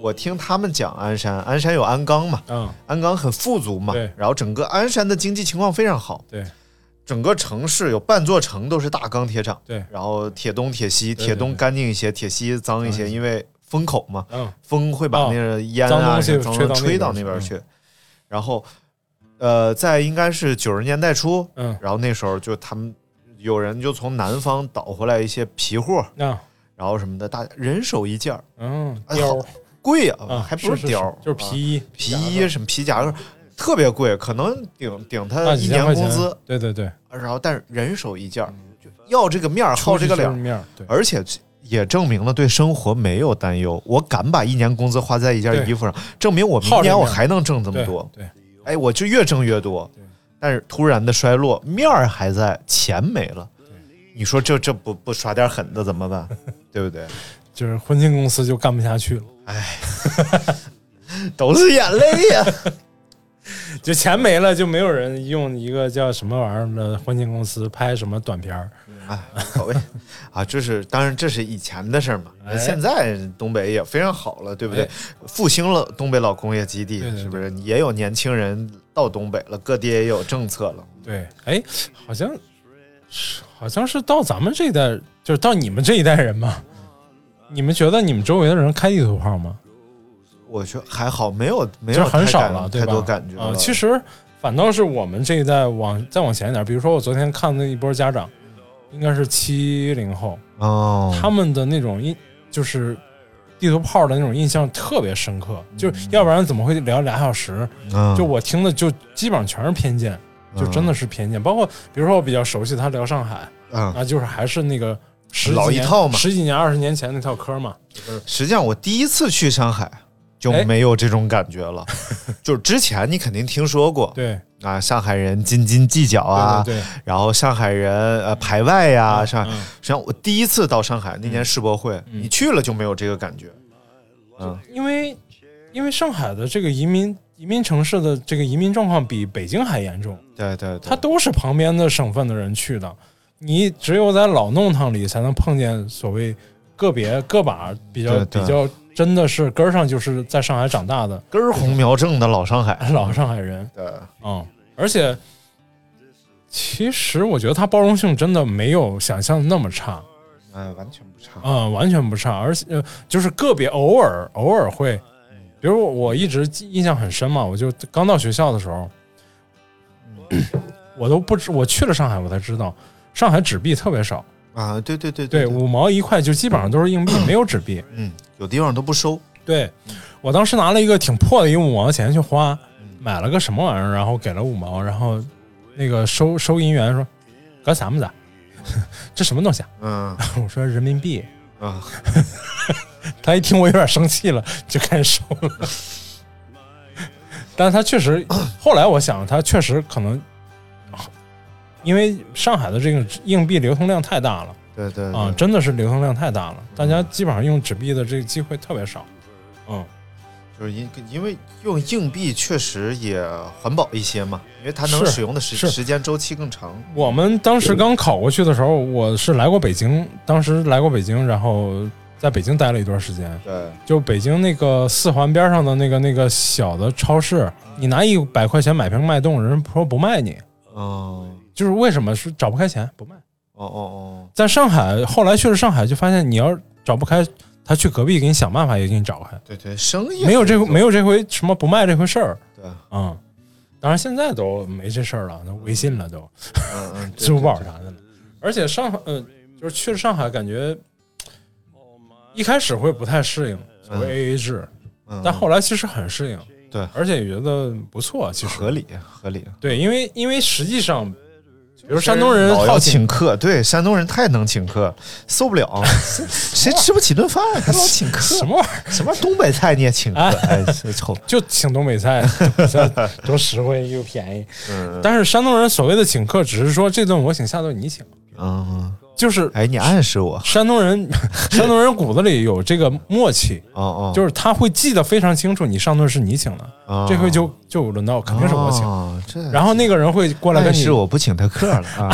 E: 我听他们讲鞍山，鞍山有鞍钢嘛，
C: 嗯，
E: 鞍钢很富足嘛
C: 对，
E: 然后整个鞍山的经济情况非常好，
C: 对，
E: 整个城市有半座城都是大钢铁厂，
C: 对
E: 然后铁东、铁西，
C: 对
E: 铁
C: 对
E: 东
C: 对
E: 干净一些，铁西脏一
C: 脏
E: 些，
C: 一些
E: 因为风口嘛，
C: 嗯，
E: 风会把
C: 啊
E: 那个烟
C: 脏
E: 啊、
C: 东西
E: 什么
C: 吹到
E: 脏东西
C: 那
E: 吹
C: 边
E: 到
C: 去
E: 那
C: 嗯
E: 边去。然后，呃，在应该是九十年代初，
C: 嗯
E: 然后那时候就他们有人就从南方倒回来一些皮货，
C: 那
E: 然后什么的，大家人手一件儿，
C: 嗯
E: 哎
C: 貂
E: 好贵
C: 啊，
E: 啊，还不
C: 是
E: 貂
C: 是
E: 儿，
C: 就是
E: 啊
C: 皮衣，
E: 皮衣什么皮夹克，特别贵，可能顶顶
C: 大
E: 他
C: 啊几
E: 啊呃一
C: 千
E: 年
C: 块
E: 工
C: 钱
E: 资，，
C: 对对对，
E: 然后但是人手一件儿，就要这个面儿，好
C: 出
E: 这
C: 去
E: 个
C: 就是
E: 脸儿，
C: 面儿，对，
E: 而且也证明了对生活没有担忧。我敢把一年工资花在一件
C: 对
E: 衣服上，证明我明
C: 好这
E: 年
C: 面
E: 我
C: 儿
E: 还能挣这么
C: 对
E: 多。
C: 对，
E: 哎，我就越挣越多
C: 对，
E: 但是突然的衰落，面儿还在，钱没了。你说这这不不耍点狠的怎么办？对不对？
C: 就是婚庆公司就干不下去了，
E: 都是眼泪呀、
C: 就钱没了，就没有人用一个叫什么玩意儿的婚庆公司拍什么短片儿，
E: 哎，无所谓啊，这是当然，这是以前的事儿嘛。
C: 哎
E: 现在东北也非常好了，对不对？
C: 哎
E: 复兴了东北老工业基地，
C: 对对对
E: 是不是？也有年轻人到东北了，各地也有政策了。
C: 对，哎，好像是好像是到咱们这一代，就是到你们这一代人嘛。你们觉得你们周围的人开地图炮吗？
E: 我觉得还好，没有没
C: 就
E: 有
C: 是很
E: 太
C: 少
E: 感
C: 了，对
E: 太
C: 吧？
E: 多感觉
C: 啊、
E: 了。
C: 其实反倒是我们这一代往再往前一点，比如说我昨天看那一波家长，应该是七零后，
E: 哦，
C: 他们的那种印就是地图炮的那种印象特别深刻，就是要不然怎么会聊俩小时？
E: 嗯
C: 就我听的就基本上全是偏见，就真的是偏见。包括比如说我比较熟悉他聊上海
E: 嗯，
C: 啊，就是还是那个十几
E: 老一
C: 年
E: 套嘛
C: 十几年二十年前那套嗑嘛。
E: 实际上我第一次去上海就
C: 嗯哎
E: 没有这种感觉 了，就是之前你肯定听说过
C: 对，
E: 啊，上海人斤斤计较啊，
C: 对对对，
E: 然后上海人呃排外呀、上海
C: 嗯
E: 实际上我第一次到上海那年世博会，
C: 嗯
E: 你去了就没有这个感觉。
C: 因为因为上海的这个移民移民城市的这个移民状况比北京还严重，
E: 对对
C: 它
E: 对，
C: 都是旁边的省份的人去的，你只有在老弄堂里才能碰见所谓个别个把比较
E: 对对
C: 比较真的是根儿上就是在上海长大的
E: 根儿红苗正的老上海。
C: 老上海人，
E: 对，
C: 嗯，而且其实我觉得它包容性真的没有想象的那么差，
E: 嗯，完全不差。
C: 嗯，完全不差，而且、呃、就是个别偶尔偶尔会，比如我一直记印象很深嘛，我就刚到学校的时候，嗯我都不知我去了上海，我才知道上海纸币特别少，
E: 啊，对对对
C: 对，五毛一块就基本上都是硬币，没有纸币。
E: 嗯，有地方都不收。
C: 对我当时拿了一个挺破的一五毛钱去花，买了个什么玩意儿，然后给了五毛，然后那个收收银员说：“搞啥么子啊？ 这什么东西啊
E: 嗯？”
C: 我说：“人民币。”
E: 啊，
C: 他一听我有点生气了，就开始收了。但是他确实，后来我想，他确实可能，因为上海的这个硬币流通量太大了
E: 对对
C: 啊，真的是流通量太大了，大家基本上用纸币的这个机会特别少。嗯，
E: 就是因因为用硬币确实也环保一些嘛，因为它能
C: 是
E: 使用的时
C: 是
E: 时间周期更长。
C: 我们当时刚考过去的时候，我是来过北京，当时来过北京，然后在北京待了一段时间。
E: 对，
C: 就北京那个四环边上的那个那个小的超市，你拿一百块钱买瓶脉动，人家说不卖你，
E: 嗯，
C: 就是为什么是找不开钱不卖？
E: 哦哦
C: 在上海，后来去了上海，就发现你要找不开，他去隔壁给你想办法也给你找开
E: 哦，，对对，生意
C: 没有这回没
E: 有
C: 有这回什么不卖这回事儿
E: 对，嗯
C: 啊、嗯。当然现在都没这事儿了，都微信了都，
E: 嗯，对
C: 支付宝啥的了。而且上海，嗯、就是去了上海，感觉一开始会不太适应所谓 AA 制，
E: 嗯
C: 但后来其实很适应。
E: 对
C: 而且也觉得不错，其实
E: 合。理合理。
C: 对，因为因为实际上，比如山东人
E: 老要
C: 好奇
E: 请客，对，山东人太能请客，受不了，谁吃不起顿饭还老请客？
C: 什么玩意儿，
E: 什么东北菜你也请客？哎，这臭，
C: 就请东北菜，多实惠又便宜。
E: 嗯
C: 但是山东人所谓的请客，只是说这顿我请，下顿你请，
E: 嗯，
C: 就是
E: 哎，你暗示我，
C: 山东人山东人骨子里有这个默契，
E: 哦哦，
C: 就是他会记得非常清楚，你上顿是你请的，
E: 哦
C: 这回就就轮到肯定是我请。
E: 哦这
C: 然后那个人会过来跟
E: 暗
C: 你
E: 示，我不请他客了 啊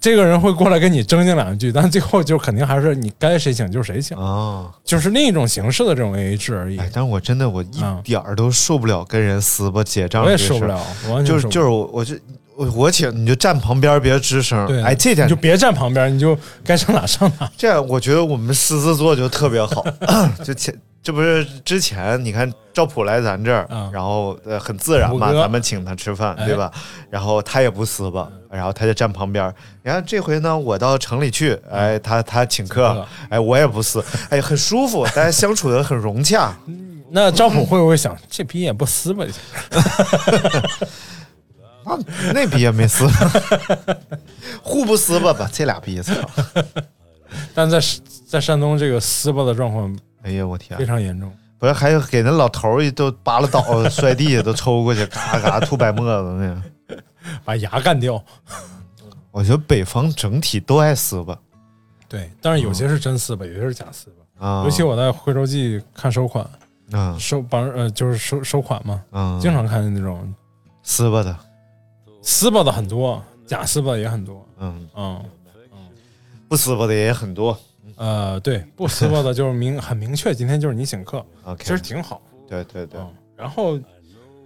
C: 这个人会过来跟你争竞两句，但最后就肯定还是你该谁请就谁请。
E: 哦。
C: 就是另一种形式的这种 AA 制而已。
E: 哎，但是我真的我一
C: 嗯
E: 点儿都受不了跟人撕巴结账，
C: 我也受不了，，我完全
E: 就是
C: 受不了
E: 就是我我就我我请你就站旁边别吱声，
C: 对，
E: 哎，这点
C: 你就别站旁边，你就该上哪上哪。
E: 这样我觉得我们狮子座就特 别好， 就前这不是之前你看赵普来咱这儿，
C: 嗯
E: 然后呃很自然嘛，
C: 虎哥
E: 咱们请他吃饭
C: 哎嗯
E: 对吧？然后他也不撕吧，然后他就站旁边儿。然后这回呢，我到城里去，哎，他他请客
C: 嗯客，
E: 哎，我也不撕，哎，很 舒服，大家相处的很融洽。
C: 那赵普会不会想，这逼也不撕吧？
E: 那那逼也没撕， 互不撕吧，把这俩逼撕 了。
C: 但在在山东这个撕吧的状况
E: 哎呀，我天
C: 非！常严重。
E: 不是，还有给那老头儿一都扒拉倒，摔地下都抽过去， 嘎嘎吐白沫子那个。
C: 把牙干掉，
E: 我觉得北方整体都爱撕吧
C: 对，但是有些是真撕吧，有些是假撕吧。
E: 嗯啊，
C: 尤其我在徽州记看收款，
E: 啊
C: 收帮呃就是收收款嘛，
E: 啊，
C: 经常看见那种
E: 撕吧的，
C: 撕吧的很多，假撕吧的也很多。
E: 嗯，
C: 嗯，
E: 不撕吧的也很多。
C: 呃，对，不撕吧的就是明很明确，今天就是你请客，
E: OK，
C: 其实挺好。
E: 对对对，
C: 嗯，然后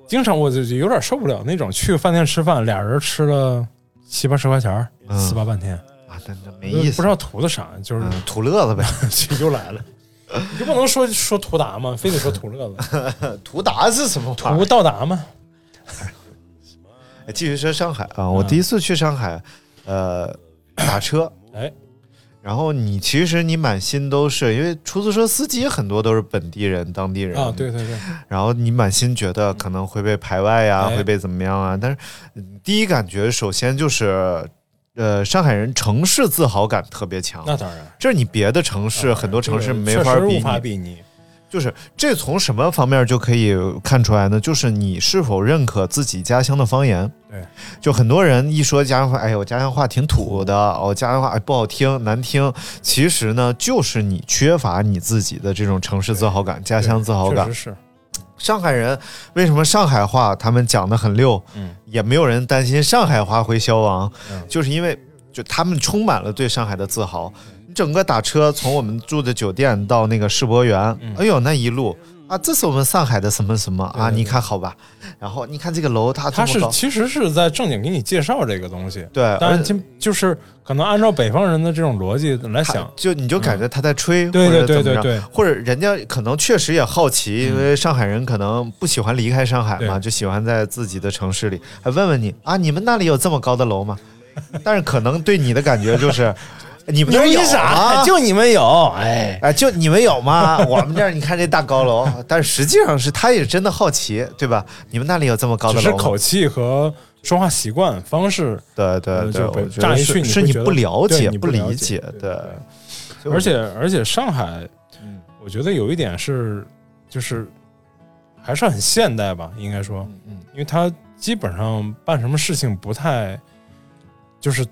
C: 经常我就就有点受不了那种去饭店吃饭，俩人吃了七八十块钱儿，
E: 嗯
C: 撕巴半天，
E: 啊，那那没意思，
C: 不知道图的啥，就是、
E: 嗯图乐子呗，
C: 又来了。你就不能说说图达吗？非得说图乐 子，
E: 图达是什么玩意
C: 图
E: 儿？
C: 到达吗？
E: 哎继续说上海
C: 嗯
E: 啊，我第一次去上海，呃，打车，
C: 哎，
E: 然后你其实你满心都是，因为出租车司机很多都是本地人、当地人
C: 啊，对对对，
E: 然后你满心觉得可能会被排外呀、
C: 嗯哎
E: 会被怎么样啊？但是嗯第一感觉首先就是，呃，上海人城市自豪感特别强，
C: 那当然，
E: 这是你别的城市、很多城市没
C: 确
E: 法
C: 实
E: 比
C: 无
E: 拟。
C: 法比拟。
E: 就是这从什么方面就可以看出来呢？就是你是否认可自己家乡的方言。
C: 对，
E: 就很多人一说家乡话，哎呦，我家乡话挺土的，哦，家乡话哎不好听，难听。其实呢，就是你缺乏你自己的这种城市自豪感、家乡自豪
C: 确
E: 感
C: 实。是
E: 上海人为什么上海话他们讲的很溜，
C: 嗯，
E: 也没有人担心上海话会消亡，
C: 嗯
E: 就是因为就他们充满了对上海的自豪。你整个打车从我们住的酒店到那个世博园，哎呦那一路啊，这是我们上海的什么什么啊？
C: 嗯对对
E: 你看好吧，然后你看这个楼它这
C: 他
E: 么
C: 是
E: 高，
C: 其实是在正经给你介绍这个东西，
E: 对，而
C: 但是就就是可能按照北方人的这种逻辑来
E: 他
C: 想，
E: 就你就感觉他在吹，
C: 啊
E: 或
C: 嗯对
E: 者
C: 对
E: 怎
C: 对
E: 么
C: 对
E: 着
C: 对，
E: 或者人家可能确实也好奇，因为上海人可能不喜欢离开上海嘛，
C: 对
E: 就喜欢在自己的城市里，还问问你啊，你们那里有这么高的楼吗？ 但是可能对你的感觉 就是，你们那儿 有啊？
C: 就你们有，哎，
E: 哎，就你们有吗？我们这儿你看这大高楼， 但实际上是他也真的好奇，对吧？你们那里有这么高
C: 只
E: 的
C: 是
E: 楼吗
C: 口？气和说话习惯方式，
E: 对对
C: 呃
E: 对，
C: 就
E: 我
C: 被
E: 觉
C: 乍
E: 得
C: 一去
E: 是
C: 你
E: 是
C: 会
E: 你
C: 觉
E: 不
C: 得
E: 了
C: 对
E: 解，
C: 你
E: 不
C: 不了
E: 理
C: 解
E: 解，对。所以我嗯
C: 而且而且上海，我觉得有一点是就是还是很现代吧，应该说，
E: 嗯
C: 因为他基本上办什么事情不太就是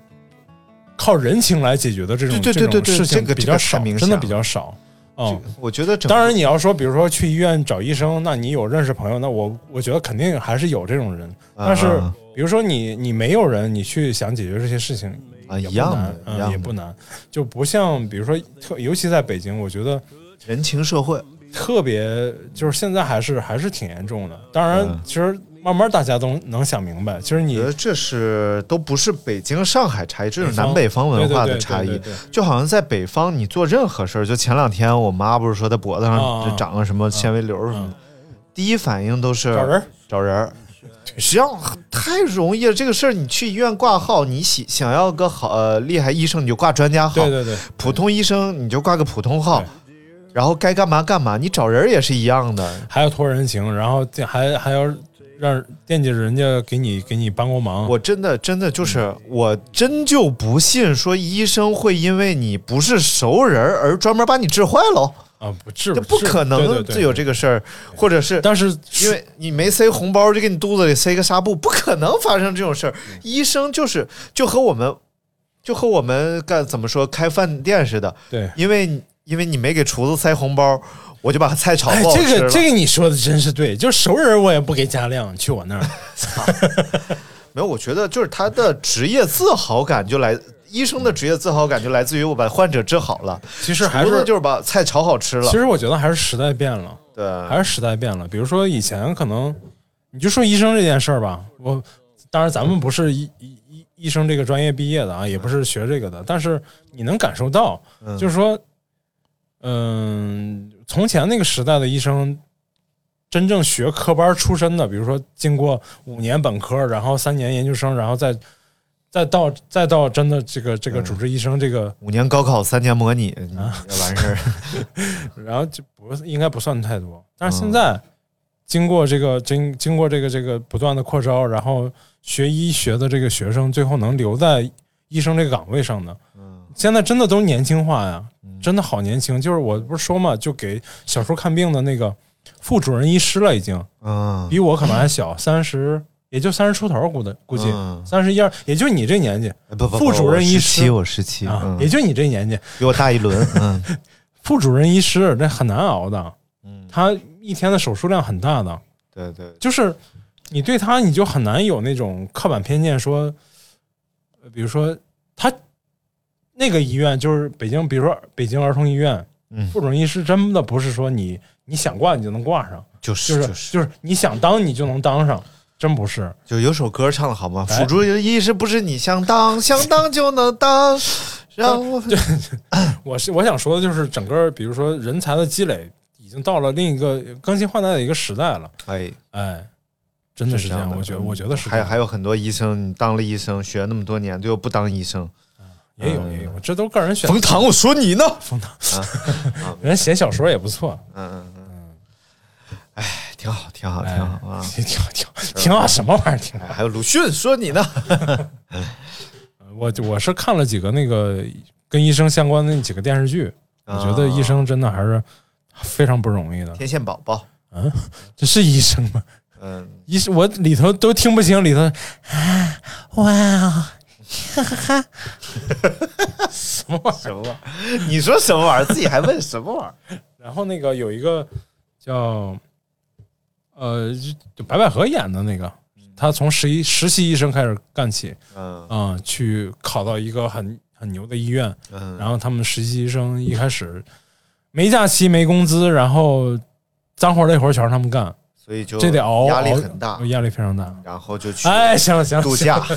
C: 靠人情来解决的这种
E: 对对对对
C: 这种事
E: 这
C: 情
E: 个
C: 比
E: 这
C: 较
E: 个太
C: 少，
E: 明显
C: 真的
E: 了
C: 比较少，嗯。
E: 我觉得整个
C: 当然，你要说，比如说去医院找医生，那你有认识朋友，那我我觉得肯定还是有这种人。但是
E: 啊，
C: 比如说你你没有人，你去想解决这些事情
E: 啊
C: 也
E: 一
C: 不
E: 样
C: 难
E: 的，，一
C: 嗯，
E: 样
C: 也不
E: 的
C: 难，就不像比如说特，尤其在北京，我觉得
E: 人情社会，
C: 特别就是现在还是还是挺严重的。当然
E: 嗯，
C: 其实慢慢大家都能想明白，其实
E: 我
C: 你
E: 觉得这是都不是北京、上海差异，这是
C: 方
E: 南北方文化
C: 对对
E: 的
C: 对
E: 差
C: 对
E: 异
C: 对。对
E: 就好像在北方，你做任何事儿，就前两天我妈不是说她脖子
C: 啊
E: 上
C: 啊
E: 就长了什么纤维瘤什么的，第一反应都是
C: 找人儿，
E: 找人儿。实际上太容易了，这个事儿你去医院挂号，你想想要个好呃厉害医生，你就挂专家号；
C: 对对对，
E: 普通医生你就挂个普通号，然后该干嘛干嘛。你找人儿也是一样的，
C: 还要托人情，然后这还还要让惦记着人家给你给你帮过忙。
E: 我真的真的就是，我真就不信说医生会因为你不是熟人儿而专门把你治坏喽，
C: 啊，不是
E: 这不
C: 是
E: 可
C: 对
E: 能
C: 对对
E: 就有这个事儿，或者是
C: 但是
E: 因为你没塞红包就给你肚子里塞个纱布，不可能发生这种事儿。
C: 嗯
E: 医生就是就和我们就和我们干怎么说开饭店似的，
C: 对。
E: 因为因为你没给厨子塞红包，我就把菜炒
C: 哎
E: 不，好吃
C: 这
E: 了。
C: 个这个你说的真是对，就是熟人我也不给加量，去我那儿。
E: 没有，我觉得就是他的职业自豪感就来，医生的职业自豪感就来自于我把患者治好了，
C: 其实还
E: 厨子
C: 是
E: 就是把菜炒好吃了
C: 其。实我觉得还是时代变了，
E: 对，
C: 还是时代变了。比如说以前可能，你就说医生这件事儿吧，我当然咱们不是医医医医生这个专业毕业的啊，也不是学这个的，但是你能感受到，
E: 嗯
C: 就是说，嗯，从前那个时代的医生。真正学科班出身的，比如说经过五年本科，然后三年研究生，然后再再到再到真的这个这个主治医生这个
E: 五年高考，三年模
C: 啊
E: 拟，嗯这 完事儿。
C: 然后就不应该不算太多，但是
E: 嗯
C: 现在经过这个经经过这个这个不断的扩招，然后学医学的这个学生最后能留在医生这个岗位上的，
E: 嗯
C: 现在真的都年轻化呀，真的好年轻。就是我不是说嘛，就给小时候看病的那个副主任医师了，已经
E: 嗯，
C: 比我可能还小，三十也就三十出头，估的估计
E: 嗯
C: 三十一二，也就你这年纪
E: 哎不不不，
C: 副主任医师
E: 我十七，我十七，
C: 啊
E: 嗯，
C: 也就你这年纪，
E: 比我大一 轮。嗯
C: 副主任医师这很难熬的，
E: 嗯，
C: 他一天的手术量很大的。
E: 对对，
C: 就是你对他，你就很难有那种刻板偏见说，呃比如说他那个医院就是北京，比如说北京儿童医院，
E: 嗯
C: 副主任医师真的不是说你你想挂你就能挂上，
E: 就是
C: 就是
E: 就是，
C: 就是你想当你就能当上，真不是。
E: 就有首歌唱的好吗？
C: 哎
E: 辅助医师不是你想当，想当就 能当，让我
C: 我是我想说的就是整个，比如说人才的积累已经到了另一个更新换代的一个时代了，
E: 哎。
C: 哎，真的是
E: 是这
C: 这
E: 样
C: 样，
E: 的
C: 我觉得我觉得是这
E: 还有
C: 样，
E: 还有很多医生，你当了医生，学了那么多年，最后不当医生。
C: 也有也有，这都个人选择
E: 嗯冯唐，我说你呢。
C: 冯唐，人写小说也不错，
E: 嗯嗯嗯。哎，挺好，挺好，
C: 哎
E: 挺好 啊！
C: 挺好挺好挺好，什么玩意儿挺好？
E: 哎还有鲁迅说 你呢，
C: 我我是看了几个那个跟医生相关的那几个电视剧，我觉得医生真的还是非常不容易的。
E: 天线宝宝，
C: 这是医生吗？
E: 嗯，
C: 医生我里头都听不清里头啊，哇哦，哈哈哈，什么玩意儿？
E: 什么玩意儿？ 你说什么玩意儿？自己还问什么玩意儿？
C: 然后那个有一个叫呃，就白百合演的那个，他从实习实习医生开始干起，
E: 嗯
C: 啊、去考到一个很很牛的医院，
E: 嗯，
C: 然后他们实习医生一开始没假期、没工资，然后脏活累活全让他们干，
E: 所以就
C: 这得熬，
E: 压力
C: 熬
E: 很大，
C: 压力非常大。
E: 然后就去
C: 哎，行了行了，
E: 度
C: 行了
E: 假，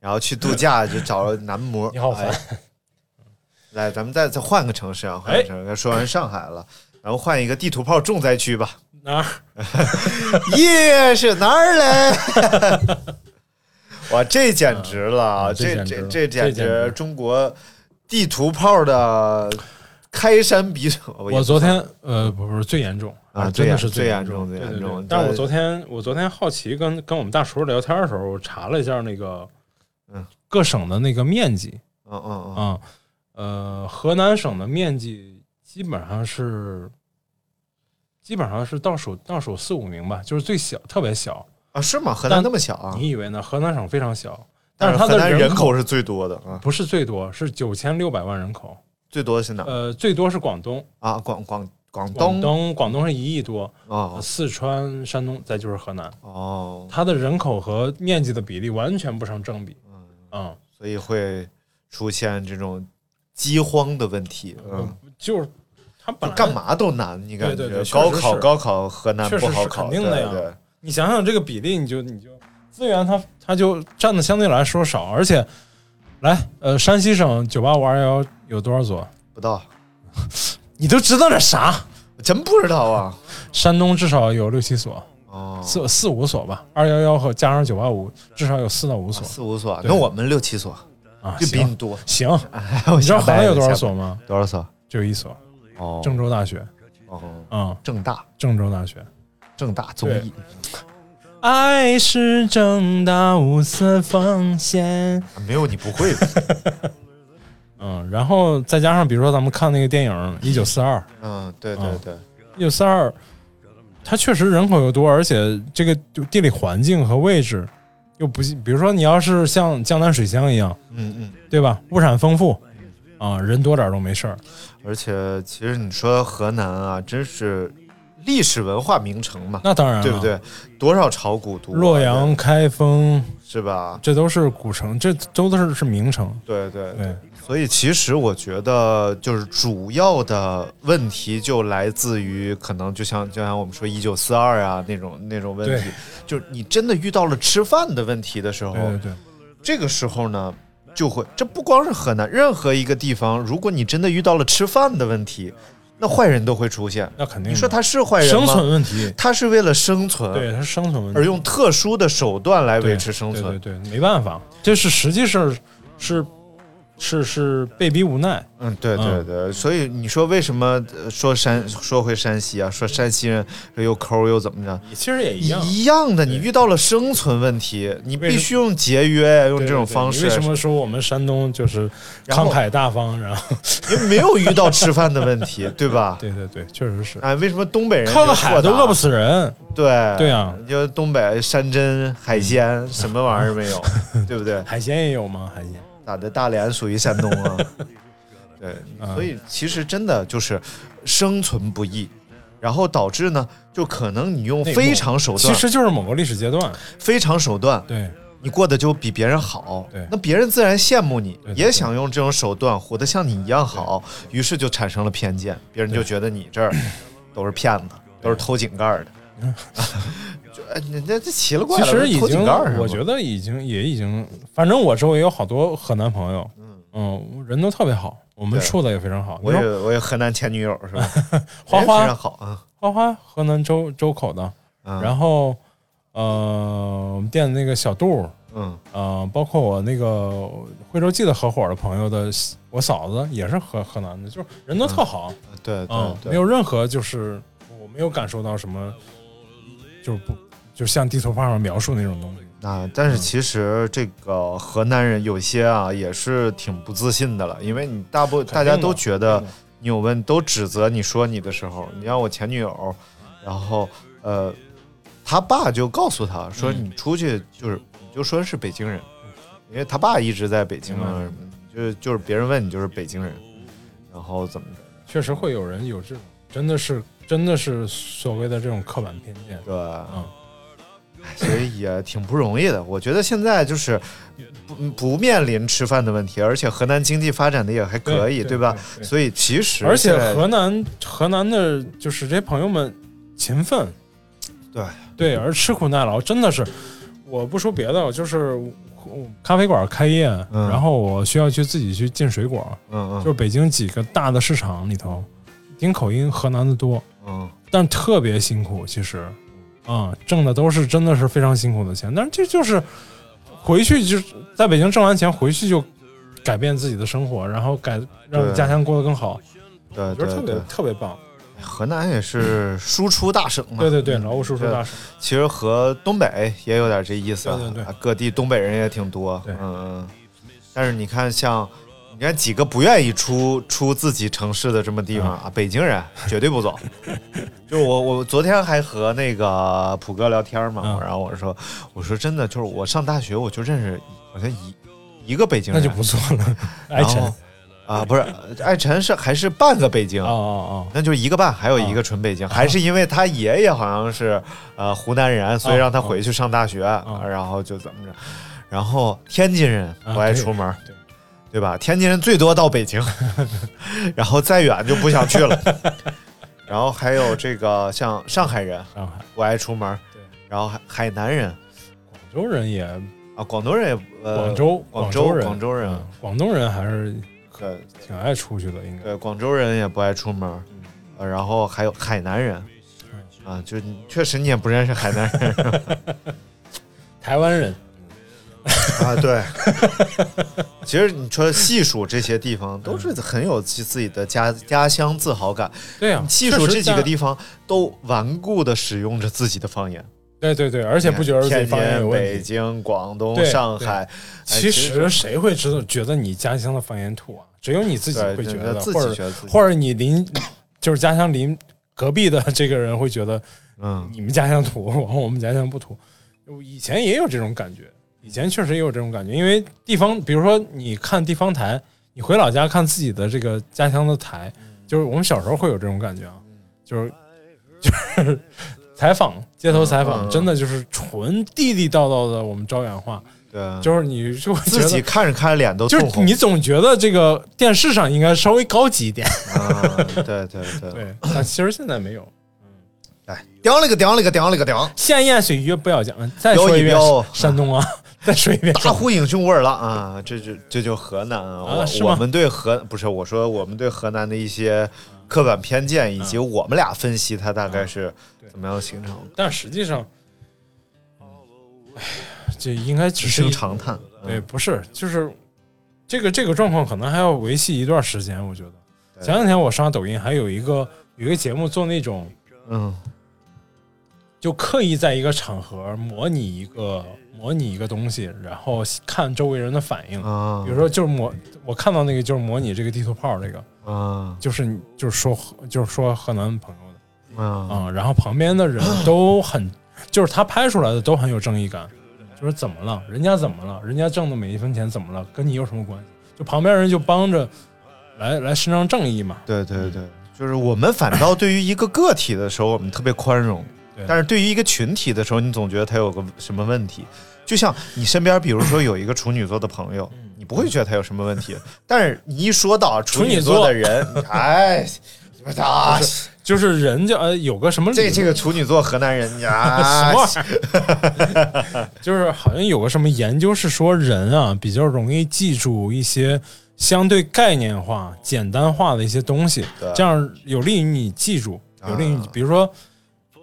E: 然后去度假就找了男模。
C: 你好烦
E: 哎来，咱们再再换个城市啊，换
C: 哎
E: 个城市。说完上海了，咱们换一个地图炮重灾区吧。
C: 哪儿？
E: 耶，是哪儿嘞？ 哇，这简直了啊！
C: 啊这
E: 这
C: 简直了
E: 这简
C: 这简
E: 直
C: 直
E: 中国地图炮的开山鼻祖。我也
C: 我
E: 不
C: 昨
E: 算
C: 天呃不不是最严重
E: 啊
C: 真
E: 最
C: 的
E: 严
C: 是
E: 最严
C: 严
E: 重最
C: 对
E: 严
C: 对对
E: 重
C: 但是
E: 对
C: 我昨天我昨天好奇跟跟我们大厨聊天的时候，我查了一下那个
E: 嗯
C: 各省的那个面积
E: 嗯嗯嗯，
C: 啊，呃，河南省的面积基本上是基本上是倒数倒数四五名吧，就是最小特别小。
E: 啊，是吗？河南
C: 但
E: 那么小啊？
C: 你以为呢？河南省非常小，
E: 但
C: 但是
E: 是
C: 它
E: 河
C: 的
E: 南
C: 人
E: 口是最多的啊，
C: 不是最多，是九千六百万人口，
E: 最多的是哪儿
C: 呃，最多是广东，
E: 啊？广广广
C: 广
E: 东
C: 东广东是一亿多，
E: 哦
C: 四川、山东，再就是河南，
E: 哦，
C: 它的人口和面积的比例完全不成正比。嗯，
E: 所以会出现这种饥荒的问题。嗯，
C: 就是它本
E: 就
C: 来
E: 干？嘛都难，你感觉
C: 对对对确
E: 高
C: 实
E: 考
C: 是
E: 高考河南
C: 确
E: 不
C: 实
E: 好
C: 是
E: 考，
C: 肯定的呀
E: 对对
C: 你想想这个比例，你就你就资源它它就占的相对来说少，而且来呃，山西省九八五二幺幺有多少所？
E: 不到，
C: 你都知道点啥？
E: 我真不知道啊。
C: 山东至少有六七所，
E: 哦，
C: 四四五所吧，二幺幺和加上九八五，至少有四到五所
E: 四五所，
C: 对
E: 那我们六七所，
C: 啊。
E: 就比你
C: 行
E: 多。
C: 行，
E: 哎我
C: 你知道
E: 瞎
C: 河南
E: 掰
C: 有
E: 的
C: 多少
E: 瞎
C: 所吗
E: 掰？多少所？
C: 就一所，
E: 哦，
C: 郑州大学
E: 哦，
C: 啊、
E: 郑大，
C: 郑州大学。
E: 郑大综艺
C: 爱是正大无私奉献。
E: 啊没有你不 会的。
C: 嗯，然后再加上比如说咱们看那个电影《一九四二》，《
E: 嗯，对对
C: 嗯
E: 对，
C: 一九四二》它确实人口又多，而且这个就地理环境和位置又不是，比如说你要是像江南水乡一样，
E: 嗯嗯。
C: 对吧？物产丰富啊，人多点儿都没事儿。
E: 而且，其实你说河南啊，真是历史文化名城嘛，
C: 那当然了，
E: 对不？对？多少朝古都啊，
C: 嗯洛阳、开封，
E: 是吧？
C: 这都是古城，这都是是名城。
E: 对对
C: 对，
E: 所以其实我觉得，就是主要的问题就来自于可能就像就像我们说一九四二啊那种那种问题
C: 对，
E: 就是你真的遇到了吃饭的问题的时候，
C: 对对对，
E: 这个时候呢，就会这不光是河南，任何一个地方，如果你真的遇到了吃饭的问题，那坏人都会出现。
C: 那肯定的。
E: 你说他是坏人
C: 生
E: 吗？
C: 存问题，
E: 他是为了生存，
C: 对，它是生存问题
E: 而。用特殊的手段来
C: 对
E: 维持生存。
C: 对对对，没办法，这是实际是是是是被逼无奈。
E: 嗯，对对
C: 嗯
E: 对，所以你说为什么呃说山说回山西啊？说山西人又抠又怎么着？
C: 其实也
E: 一样的，你遇到了生存问题，你
C: 为什
E: 必须用节约，啊用这种方式
C: 为，什么说我们山东就是
E: 然后
C: 慷慨大方？然后，
E: 因为没有遇到吃饭的问题，对吧？
C: 对对对，确实是
E: 哎，为什么东北人
C: 靠个
E: 就
C: 海
E: 豁
C: 都
E: 达
C: 饿不？死人。
E: 对
C: 对啊，嗯
E: 就东北山珍海鲜什么玩意儿没 有，对不对？
C: 海鲜也有吗？海鲜
E: 咋的？大连属于山东 啊？对，
C: 啊
E: 所以其实真的就是生存不易，然后导致呢，就可能你用
C: 内
E: 非
C: 幕
E: 常手
C: 其
E: 段，
C: 实就是某个历史阶段。
E: 非常手段，
C: 对
E: 你过得就比别人好
C: 对，
E: 那别人自然羡慕你，
C: 对对
E: 也想用这种手段活得像你一样好，于是就产生了偏见，别人就觉得你 这儿都是骗子，都是偷井盖儿的。 就哎，人家这奇了怪
C: 其
E: 了，
C: 实已
E: 偷井
C: 经
E: 盖儿是，吗
C: 我觉得已经也已经，反正我周围有好多河南朋友，嗯，人都特别好，我们
E: 对
C: 处的也非常好。
E: 我
C: 你
E: 也
C: 说
E: 我也河南前女友是吧？
C: 花
E: 人
C: 花
E: 非常好啊，
C: 花花河南周周口的，
E: 嗯
C: 然后呃，我们店的那个小杜，
E: 嗯
C: 呃，包括我那个徽州记的合伙的朋友的，我嫂子也是河河南的，就是人都特好，
E: 对对
C: 嗯，
E: 对，
C: 没有任何就是我没有感受到什么，就是不就像地图炮上描述那种东西，
E: 啊，但是
C: 嗯
E: 其实这个河南人有些啊也是挺不自信的了，因为你大部大家都觉得你有问，都指责你说你的时候，你像我前女友，然后呃，他爸就告诉他说
C: 嗯
E: 你出去就是、你就说是北京人，因为他爸一直在北京
C: 嗯
E: 啊，什么的就是就是别人问你就是北京人，然后怎么着，
C: 确实会有人有这种真的是真的是所谓的这种刻板偏见。
E: 对，哎
C: 嗯，
E: 所以也挺不容易的。我觉得现在就是不不面临吃饭的问题，而且河南经济发展的也还可以，
C: 对
E: 吧？
C: 对对
E: 所以其实
C: 而且
E: 现在
C: 河南河南的就是这些朋友们勤奋，
E: 对
C: 对，而吃苦耐劳真的是，我不说别的，就是我我咖啡馆开业，
E: 嗯
C: 然后我需要去自己去进水果，
E: 嗯
C: 就是
E: 嗯
C: 北京几个大的市场里头，听口音河南的多，
E: 嗯，
C: 但特别辛苦，其实，啊、挣的都是真的是非常辛苦的钱，但是这就是回去就是在北京挣完钱回去就改变自己的生活，然后改让
E: 对
C: 家乡过得更好，
E: 对
C: 我觉得特
E: 对
C: 别
E: 对，
C: 特别棒。
E: 河南也是输出大省嘛。
C: 对对对，劳务输出
E: 嗯对
C: 大省，
E: 其实和东北也有点这意思啊，
C: 对对对
E: 各地东北人也挺多，
C: 对
E: 嗯嗯。但是你看像。你看几个不愿意出出自己城市的这么地方
C: 嗯
E: 啊，北京人绝对 不走。就我我昨天还和那个普哥聊天嘛，
C: 嗯
E: 然后我说我说真的，就是我上大学我就认识好像一一个北京
C: 那
E: 人，
C: 就不错了。爱
E: 然后
C: 晨，
E: 啊，不是艾晨是还是半个北京
C: 哦哦哦，
E: 那就一个半，还有一
C: 啊
E: 个纯北京， 还是因为他爷爷好像是呃湖南人，所以让他回去上大学，
C: 啊
E: 然后就怎么着，然后天津人不爱出门，
C: 对
E: 对吧？天津人最多到北京， 然后再远就不想去 了。然后还有这个像上海人
C: 上海、
E: 不爱出门
C: 对，
E: 然后海海南人
C: 广州人也，
E: 啊，广东人也呃
C: 广州、
E: 广
C: 州
E: 州
C: 人、
E: 广州人
C: 嗯广东人还是
E: 对
C: 挺爱出去的，应该。
E: 对呃广州人也不爱出门，呃，然后还有海南人
C: 嗯。
E: 啊，就你确实你也不认识海南人，
C: 台湾人，
E: 啊，对。 其实你说细数这些地方，都是很有自自己的家家乡自豪感。
C: 对呀，
E: 细数
C: 啊确
E: 这
C: 实
E: 啊几个
C: 在
E: 地方，都顽固的使用着自己的方言，
C: 对对对，而
E: 而
C: 且不觉得自己方言有
E: 北
C: 问题。
E: 京、广东、
C: 对
E: 上海，哎
C: 其实谁会知道觉得你家乡的方言土啊？只有你自己
E: 对
C: 会觉
E: 对
C: 得，
E: 自
C: 或
E: 己
C: 者
E: 觉得自己，
C: 或者你邻就是家乡邻隔壁的这个人会觉得
E: 嗯，
C: 你们家乡土， 然后我们家乡不土。以前也有这种感觉，以前确实也有这种感觉，因为地方，比如说你看地方台，你回老家看自己的这个家乡的台，
E: 嗯
C: 就是我们小时候会有这种感觉啊，就是就是采访街头采
E: 嗯嗯
C: 访，
E: 嗯
C: 真的就是纯地地道道的我们招远话，
E: 对，
C: 就是你就会觉
E: 嗯自
C: 得。
E: 己看着看着脸都
C: 就
E: 通
C: 是
E: 红。
C: 你总觉得这个电视上应该稍微高级一点，
E: 啊，对对 对，
C: 对，但其实现在没有。
E: 哎，叼了个叼了个叼了个叼，
C: 闲言碎语不要讲，再说一遍
E: 标一标
C: 山东啊， 再说一遍
E: 大呼英雄味儿了啊！这就这就河南啊，
C: 啊是
E: 我
C: 吗
E: 我们对河不是我说我们对河南的一些刻板偏见，以及我们俩分析它大概是
C: 嗯对
E: 怎么样形成的，
C: 但实际上，哎，这应该只
E: 只
C: 是
E: 是
C: 一
E: 长叹。
C: 对，
E: 嗯
C: 不是，就是这个这个状况可能还要维系一段时间，我觉得。
E: 对
C: 前两天我刷抖音，还有一个有一个节目做那种，
E: 嗯
C: 就刻意在一个场合模拟一个模拟一个东西，然后看周围人的反应。
E: 啊，
C: 比如说，就是模我看到那个就是模拟这个地图炮，这个
E: 说啊
C: 就是你就是说就是说河南朋友的。
E: 啊，
C: 嗯，然后旁边的人都很，就是他拍出来的都很有正义感，就是怎么了，人家怎么了，人家挣的每一分钱怎么了，跟你有什么关系？就旁边人就帮着来来伸张正义嘛。
E: 对对对，就是我们反倒对于一个个体的时候，我们特别宽容
C: 对，
E: 但是对于一个群体的时候，你总觉得他有个什么问题。就像你身边，比如说有一个处女座的朋友，
C: 嗯
E: 你不会觉得他有什么问题，但是你一说到处女座的人， 哎，啊，
C: 就是人家呃有个什么理
E: 这这个处女座河南人啊呀，
C: 什就是好像有个什么研究是说人啊比较容易记住一些相对概念化、简单化的一些东西
E: 对，
C: 这样有利于你记住，有利于你
E: 啊
C: 比如说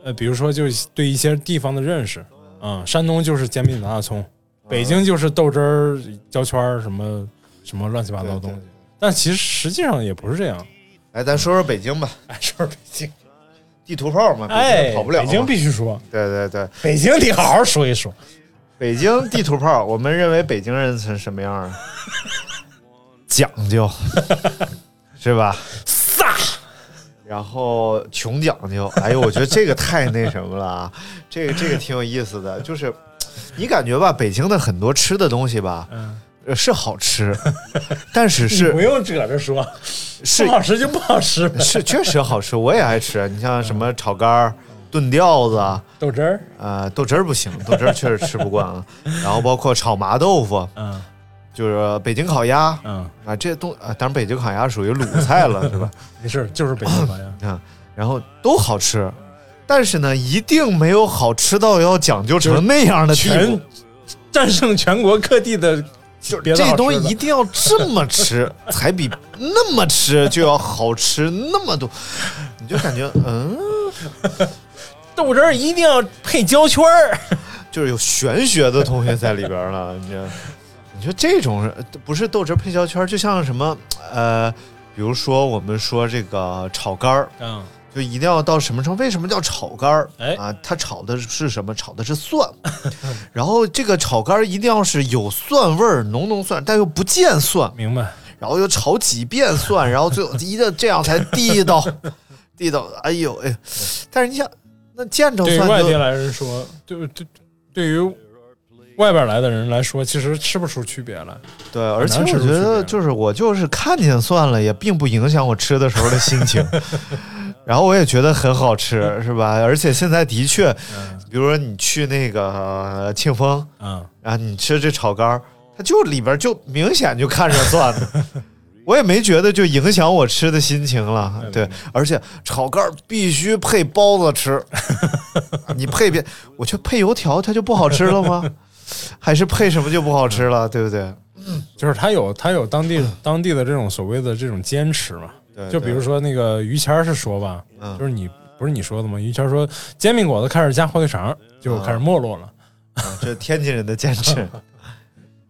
C: 呃比如说就是对一些地方的认识啊、山东就是煎饼打大葱，北京就是豆汁儿、焦圈儿什么什么乱七八糟的东西
E: 对对，
C: 但其实实际上也不是这样。
E: 来，哎咱说说北京吧，
C: 哎，说北京，
E: 地图炮嘛，北
C: 哎，
E: 京跑不了嘛。啊
C: 北京必须说，
E: 对对对，
C: 北京得好好说一说。
E: 北京地图炮，我们认为北京人是什么 样啊？讲究，是吧？
C: 撒，
E: 然后穷讲究，哎呦，我觉得这个太那什么了啊，这个这个挺有意思的，就是你感觉吧，北京的很多吃的东西吧，
C: 嗯，
E: 呃是好吃，但是
C: 你不
E: 是
C: 用搁这说，
E: 是
C: 不好吃就不好吃呗。
E: 是确实好吃，我也爱吃。你像什么炒肝儿、
C: 嗯
E: 炖吊子啊，
C: 豆汁儿，
E: 呃，豆汁儿不行，豆汁儿确实吃不惯啊。然后包括炒麻豆腐，
C: 嗯
E: 就是北京烤鸭
C: 嗯，
E: 啊，这些东啊，当然北京烤鸭属于鲁菜了，是吧？
C: 没事，就是北京烤鸭。
E: 啊，然后都好吃，但是呢，一定没有好吃到要讲究
C: 就是
E: 成那样的地步
C: 全。战胜全国各地的，就别的好
E: 这
C: 吃
E: 东西
C: 的
E: 一定要这么吃，才比那么吃就要好吃那么多，你就感觉嗯，
C: 豆汁儿一定要配焦圈儿。
E: 就是有玄学的东西在里边了。你这，你说这种人不是豆汁儿配焦圈儿，就像什么呃，比如说我们说这个炒肝儿，
C: 嗯，
E: 就一定要到什么程度？为什么叫炒肝儿？
C: 哎
E: 啊，它炒的是什么？炒的是蒜， 然后这个炒肝儿一定要是有蒜味儿，浓浓蒜，但又不见蒜，
C: 明白。
E: 然后又炒几遍蒜，然后最后一定这样才地道， 地道。哎呦哎呦，但是你想，那见着
C: 对于
E: 蒜
C: 外地
E: 就
C: 来人说，对对，对于外边来的人来说，其实吃不出区别来。
E: 对，而且
C: 难
E: 我
C: 吃
E: 觉
C: 出啊区
E: 得
C: 别
E: 就是我就是看见蒜了，也并不影响我吃的时候的心情。 然后我也觉得很好吃，是吧？而且现在的确，比如说你去那个呃庆丰，
C: 嗯，
E: 啊，你吃这炒肝儿，它就里边儿就明显就看着蒜 了，我也没觉得就影响我吃的心情了。哎对，而且炒肝儿必须配包子 吃，你配别，我就配油条，它就不好吃了 吗？还是配什么就不好吃了，对不对？
C: 就是他有他有当地当地的这种所谓的这种坚持嘛。
E: 对
C: 就比如，说那个于谦儿是说吧，
E: 嗯
C: 就是你不是你说的吗？于谦儿说煎饼果子开始加火腿肠儿就开始没落了，
E: 对啊这天津人的坚 持，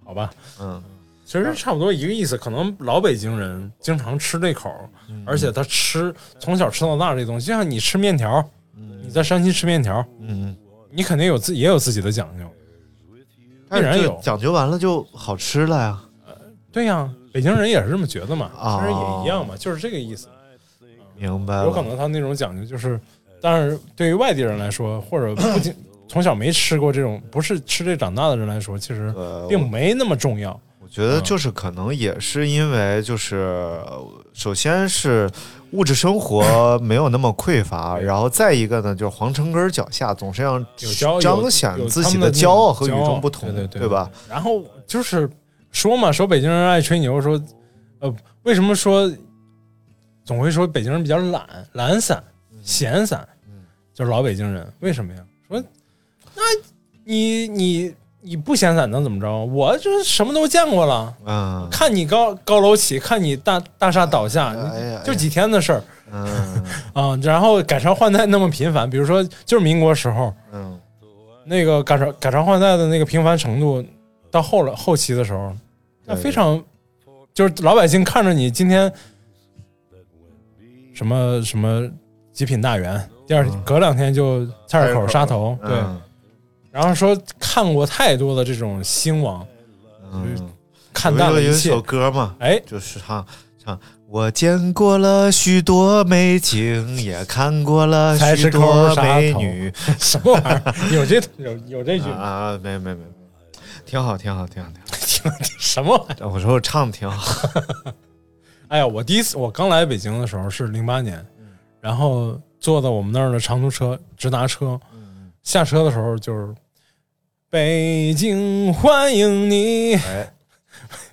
C: 好吧？
E: 嗯，
C: 其实差不多一个意思，可能老北京人经常吃这口儿，
E: 嗯
C: 而且他吃从小吃到大这东西，就像你吃面条儿，你在山西吃面条儿，
E: 嗯，
C: 你肯定有自也有自己的讲究。
E: 但
C: 必然
E: 是就
C: 有
E: 讲究完了就好吃了呀。
C: 对呀、北京人也是这么觉得嘛，
E: 哦
C: 其实也一样嘛，就是这个意思。
E: 明白
C: 有可
E: 了，
C: 能他那种讲究就是，但是对于外地人来说，或者不 仅从小没吃过这种不是吃这长大的人来说，其实
E: 呃
C: 并没那么重要。
E: 我觉得就是可能也是因为就是，呃首先是物质 生活没有那么匮乏，然后再一个呢，就是皇城根儿脚下总是要
C: 有骄有
E: 彰显
C: 有
E: 自
C: 他
E: 己
C: 们的那
E: 骄
C: 种
E: 傲和与
C: 骄
E: 众
C: 傲
E: 不同，
C: 对对对
E: 吧？
C: 然后就是说嘛，说北京人爱吹牛，说呃，为什么说总会说北京人比较懒、懒散、
E: 嗯
C: 闲散，就是老北京人，为什么呀？说那你你你不闲散能怎么着？我就是什么都见过了，
E: 嗯
C: 看你高高楼起，看你大大厦倒下，
E: 哎呀
C: 就几天的事儿
E: 嗯
C: 啊、然后改朝换代那么频繁，比如说就是民国时候，
E: 嗯，
C: 那个改朝改朝换代的那个频繁程度，到后来后期的时候，那
E: 对
C: 非常就是老百姓看着你今天什么什么极品大员，第二、
E: 嗯
C: 隔两天就菜市口杀头， 对，
E: 嗯
C: 然后说看过太多的这种兴亡，
E: 嗯，
C: 看淡了
E: 有
C: 一
E: 一
C: 切
E: 首，歌嘛，
C: 哎，
E: 就是唱唱。我见过了许多美景，也看过了
C: 才
E: 许
C: 是抠儿
E: 多
C: 杀
E: 美
C: 头
E: 女，
C: 什么玩意儿？有这有有这句
E: 啊啊，没没没， 挺好，挺好，挺好，挺好。
C: 什么玩意儿？
E: 我说我唱的 挺好，
C: 哎呀，我第一次我刚来北京的时候是零八年，然后坐的我们那儿的长途车直达车，
E: 嗯
C: 下车的时候就是北京欢迎你，
E: 哎，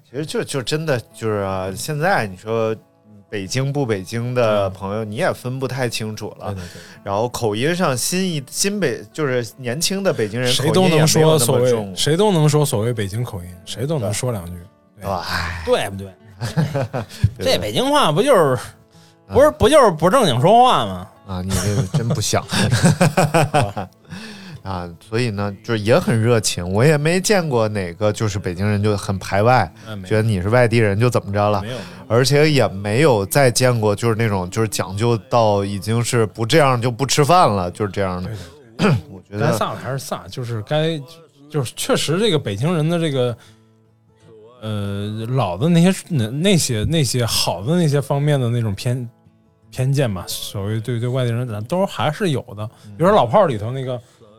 E: 其实就就真的就是、啊、现在你说北京不北京的朋友，你也分不太清楚了。然后口音上，新一新北就是年轻的北京人，口
C: 谁
E: 音
C: 都
E: 也
C: 能
E: 没有
C: 说
E: 那
C: 所
E: 么
C: 谓
E: 重，
C: 谁都能说所谓北京口音，谁都能说两句，
E: 对吧？哎
C: 对 不对？
E: 对
C: 这
E: 对
C: 北京话不就是不是不就是不正经说话吗？
E: 啊，你这个真不像。 啊，所以呢，就是也很热情，我也没见过哪个就是北京人就很排外，
C: 哎没有
E: 觉得你是外地人就怎么着了，
C: 没有，
E: 而且也没有再见过就是那种就是讲究到已经是不这样就不吃饭了，就是这样的。 我觉
C: 该
E: 得
C: 撒的还是撒，就是该就是确实这个北京人的这个呃老的那些那那些那些好的那些方面的那种偏偏见吧，所谓对对外地人咱都还是有的。比如说老炮儿里头那个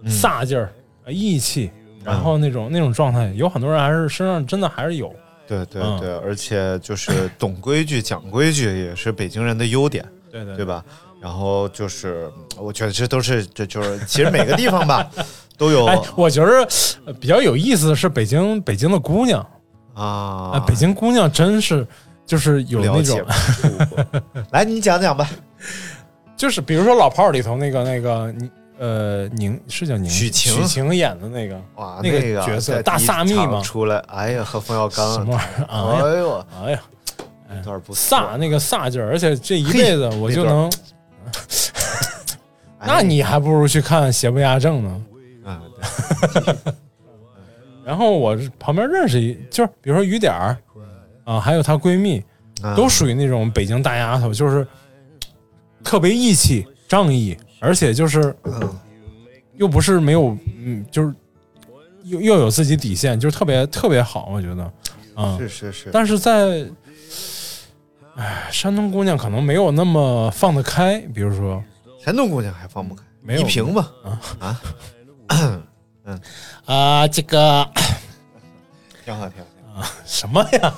C: 呃飒劲儿、义气，然后那种那种状态，有很多人还是身上真的还是有。
E: 对对
C: 嗯
E: 对，而且就是懂规矩、讲规矩也是北京人的优点，
C: 对对
E: 对吧？然后就是，我觉得这都是，这就是其实每个地方 吧都有
C: 哎，我觉得呃比较有意思的是北京北京的姑娘
E: 啊
C: 啊，北京姑娘真是就是有
E: 了
C: 那
E: 解
C: 种，
E: 不多。来，你讲讲吧，
C: 就是比如说老炮儿里头那个那个你呃宁是叫宁
E: 许晴
C: 许晴演的那个
E: 哇，
C: 那个
E: 个
C: 角色
E: 在
C: 大
E: 第一
C: 萨密
E: 场
C: 嘛
E: 出来，哎呀，和冯小刚
C: 什么玩意儿
E: 哎
C: 啊？
E: 呦，
C: 哎呀，
E: 有点不错啊
C: 飒，那个飒劲儿，而且这一
E: 嘿
C: 辈子我就
E: 那段
C: 能，
E: 哎
C: 那你还不如去看《邪不压正》呢。
E: 啊，
C: 然后我旁边认识一，就是比如说雨点儿啊，还有她闺蜜，
E: 对
C: 都
E: 啊
C: 属于那种北京大丫头，就是特别义气、仗义，而且就是
E: 嗯
C: 又不是没有，嗯，就是又又有自己底线，就是特别特别好，我觉得，啊、
E: 是是是，
C: 但是在，哎，山东姑娘可能没有那么放得开，比如说，
E: 山东姑娘还放不开，
C: 没有嗯
E: 一平吧，
C: 啊、这个
E: 挺好挺好。
C: 什么呀，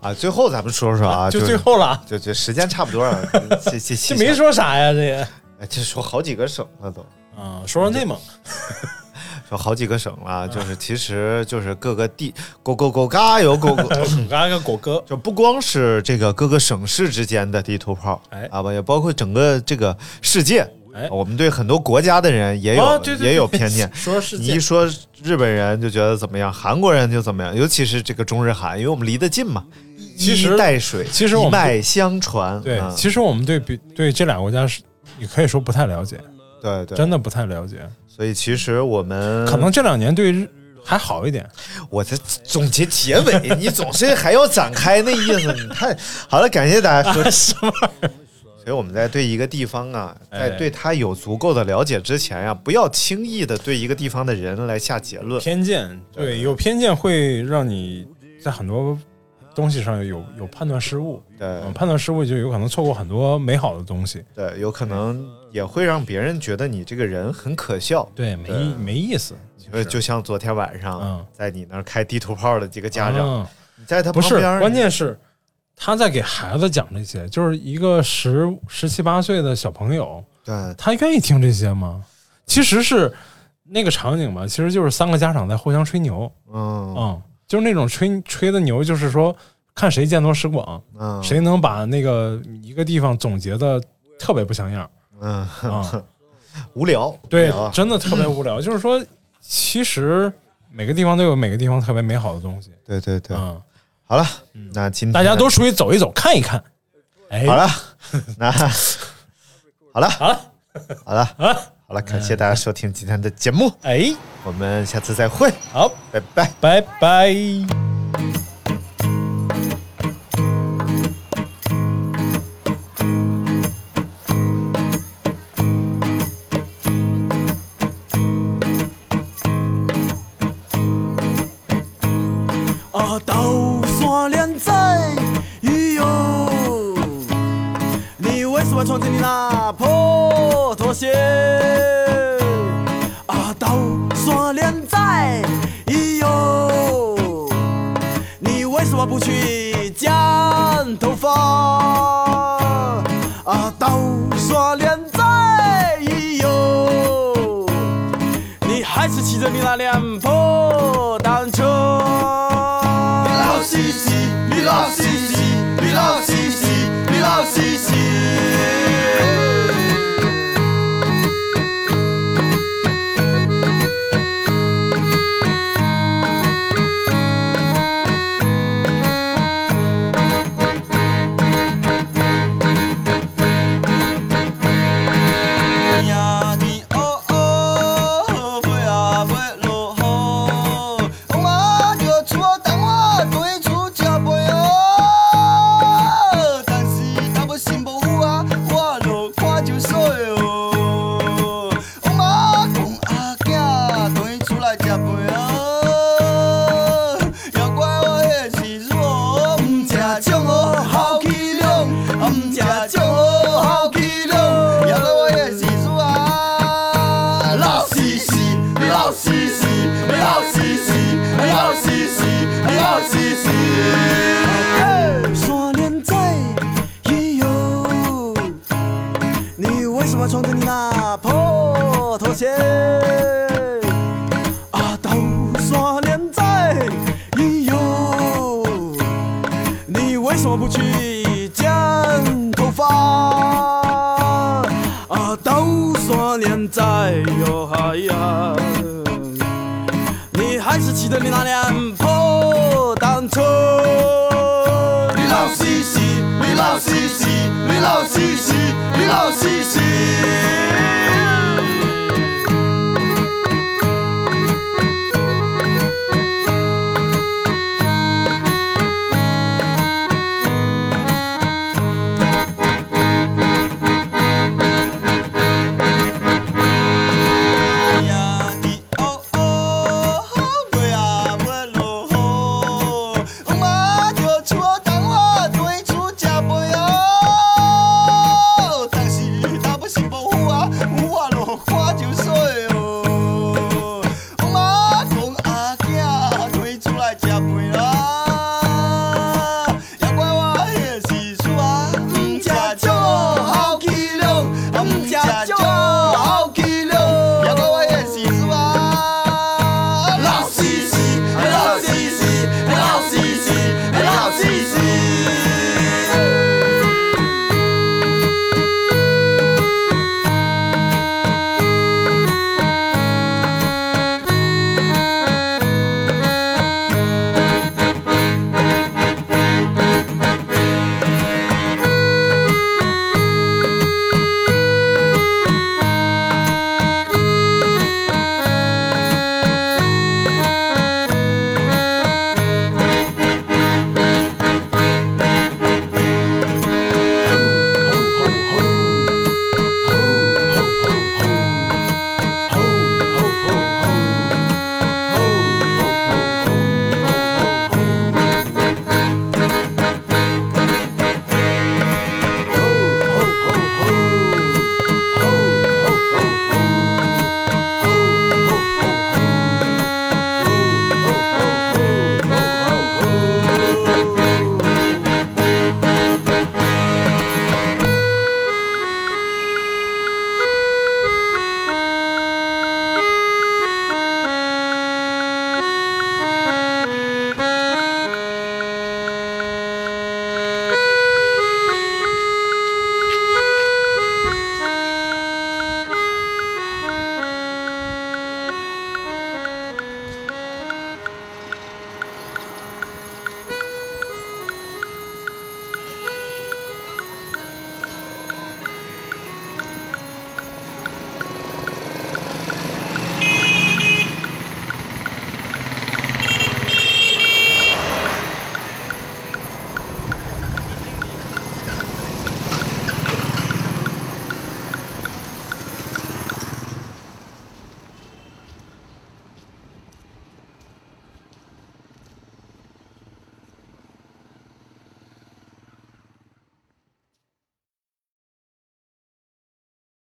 E: 啊，最后咱们说说啊，
C: 就
E: 就
C: 最后了，
E: 就就时间差不 多了，这这
C: 这没，说啥呀，这也，
E: 哎这说好几个省了都，
C: 啊、说说内蒙，
E: 说好几个省了，就是其实就是各个地，狗狗狗嘎有 狗狗。
C: 嘎个果哥，
E: 就不光是这个各个省市之间的地图炮，
C: 哎
E: 啊吧，也包括整个这个世界。啊
C: 哎
E: 我们对很多国家的人也有、
C: 啊对对对。
E: 也有偏见
C: 说 世
E: 你
C: 界
E: 一说日本人就觉得怎么样，韩国人就怎么样，尤其是这个中日韩，因为我们离得近嘛，
C: 其实
E: 一衣带水，
C: 其实我
E: 一
C: 们
E: 脉相传。
C: 对，
E: 嗯
C: 其实我们对比对这俩国家是，也可以说不太了解，
E: 对嗯对，
C: 真的不太了解。
E: 所以其实我们
C: 可能这两年对日还好一点，
E: 我这总结结 尾，你总是还要展开那意思，你太好了。感谢大家收听。
C: 什么玩意儿？
E: 所以我们在对一个地方啊，
C: 哎
E: 在对他有足够的了解之前呀、啊不要轻易的对一个地方的人来下结论。
C: 偏见，对，有偏见会让你在很多东西上有有判断失误，
E: 对
C: 嗯判断失误就有可能错过很多美好的东西。
E: 对，有可能也会让别人觉得你这个人很可笑。
C: 对，没
E: 对
C: 没意思。
E: 呃，就像昨天晚上、
C: 嗯
E: 在你那儿开地图炮的几个家长，
C: 啊
E: 你在他
C: 不
E: 旁
C: 是
E: 边儿，
C: 关键是他在给孩子讲这些，就是一个十十七八岁的小朋友，
E: 对
C: 他愿意听这些吗？其实是那个场景吧，其实就是三个家长在互相吹牛，
E: 嗯
C: 嗯，就是那种吹吹的牛，就是说看谁见多识广，
E: 嗯
C: 谁能把那个一个地方总结的特别不像样
E: 嗯
C: 啊、
E: 无聊无
C: 对
E: 聊， 啊
C: 真的特别无 聊。就是说，其实每个地方都有每个地方特别美好的东西，
E: 对对对，
C: 嗯，
E: 好了，那今天
C: 大家都出去走一走，看一看。哎，
E: 好了， 那好了
C: 好了，
E: 好了
C: 好了，
E: 好了，感谢大家收听今天的节目，
C: 哎，
E: 我们下次再会，
C: 好，
E: 拜拜。
C: 拜拜。
G: 啊，都说恋爱，咦哟，你为什么穿着你那破拖鞋？啊，都说恋爱，咦哟，你为什么不去剪头发？啊，都说恋爱，咦哟。你还是骑着你那辆破单车。你老西西，你老西西，你老西西，你老西西。呀你哦哦，飞啊飞落雨，讲我着厝等我对厝吃饭哦，但是咱要心无好。锁链在一右，你为什么穿着你那破拖鞋？啊，都锁链在一右，你为什么不去剪头发？啊，都说脸在哟嗨呀，你还是骑着你那辆破单车。你老西西，你老西西，你老西西，你老西西。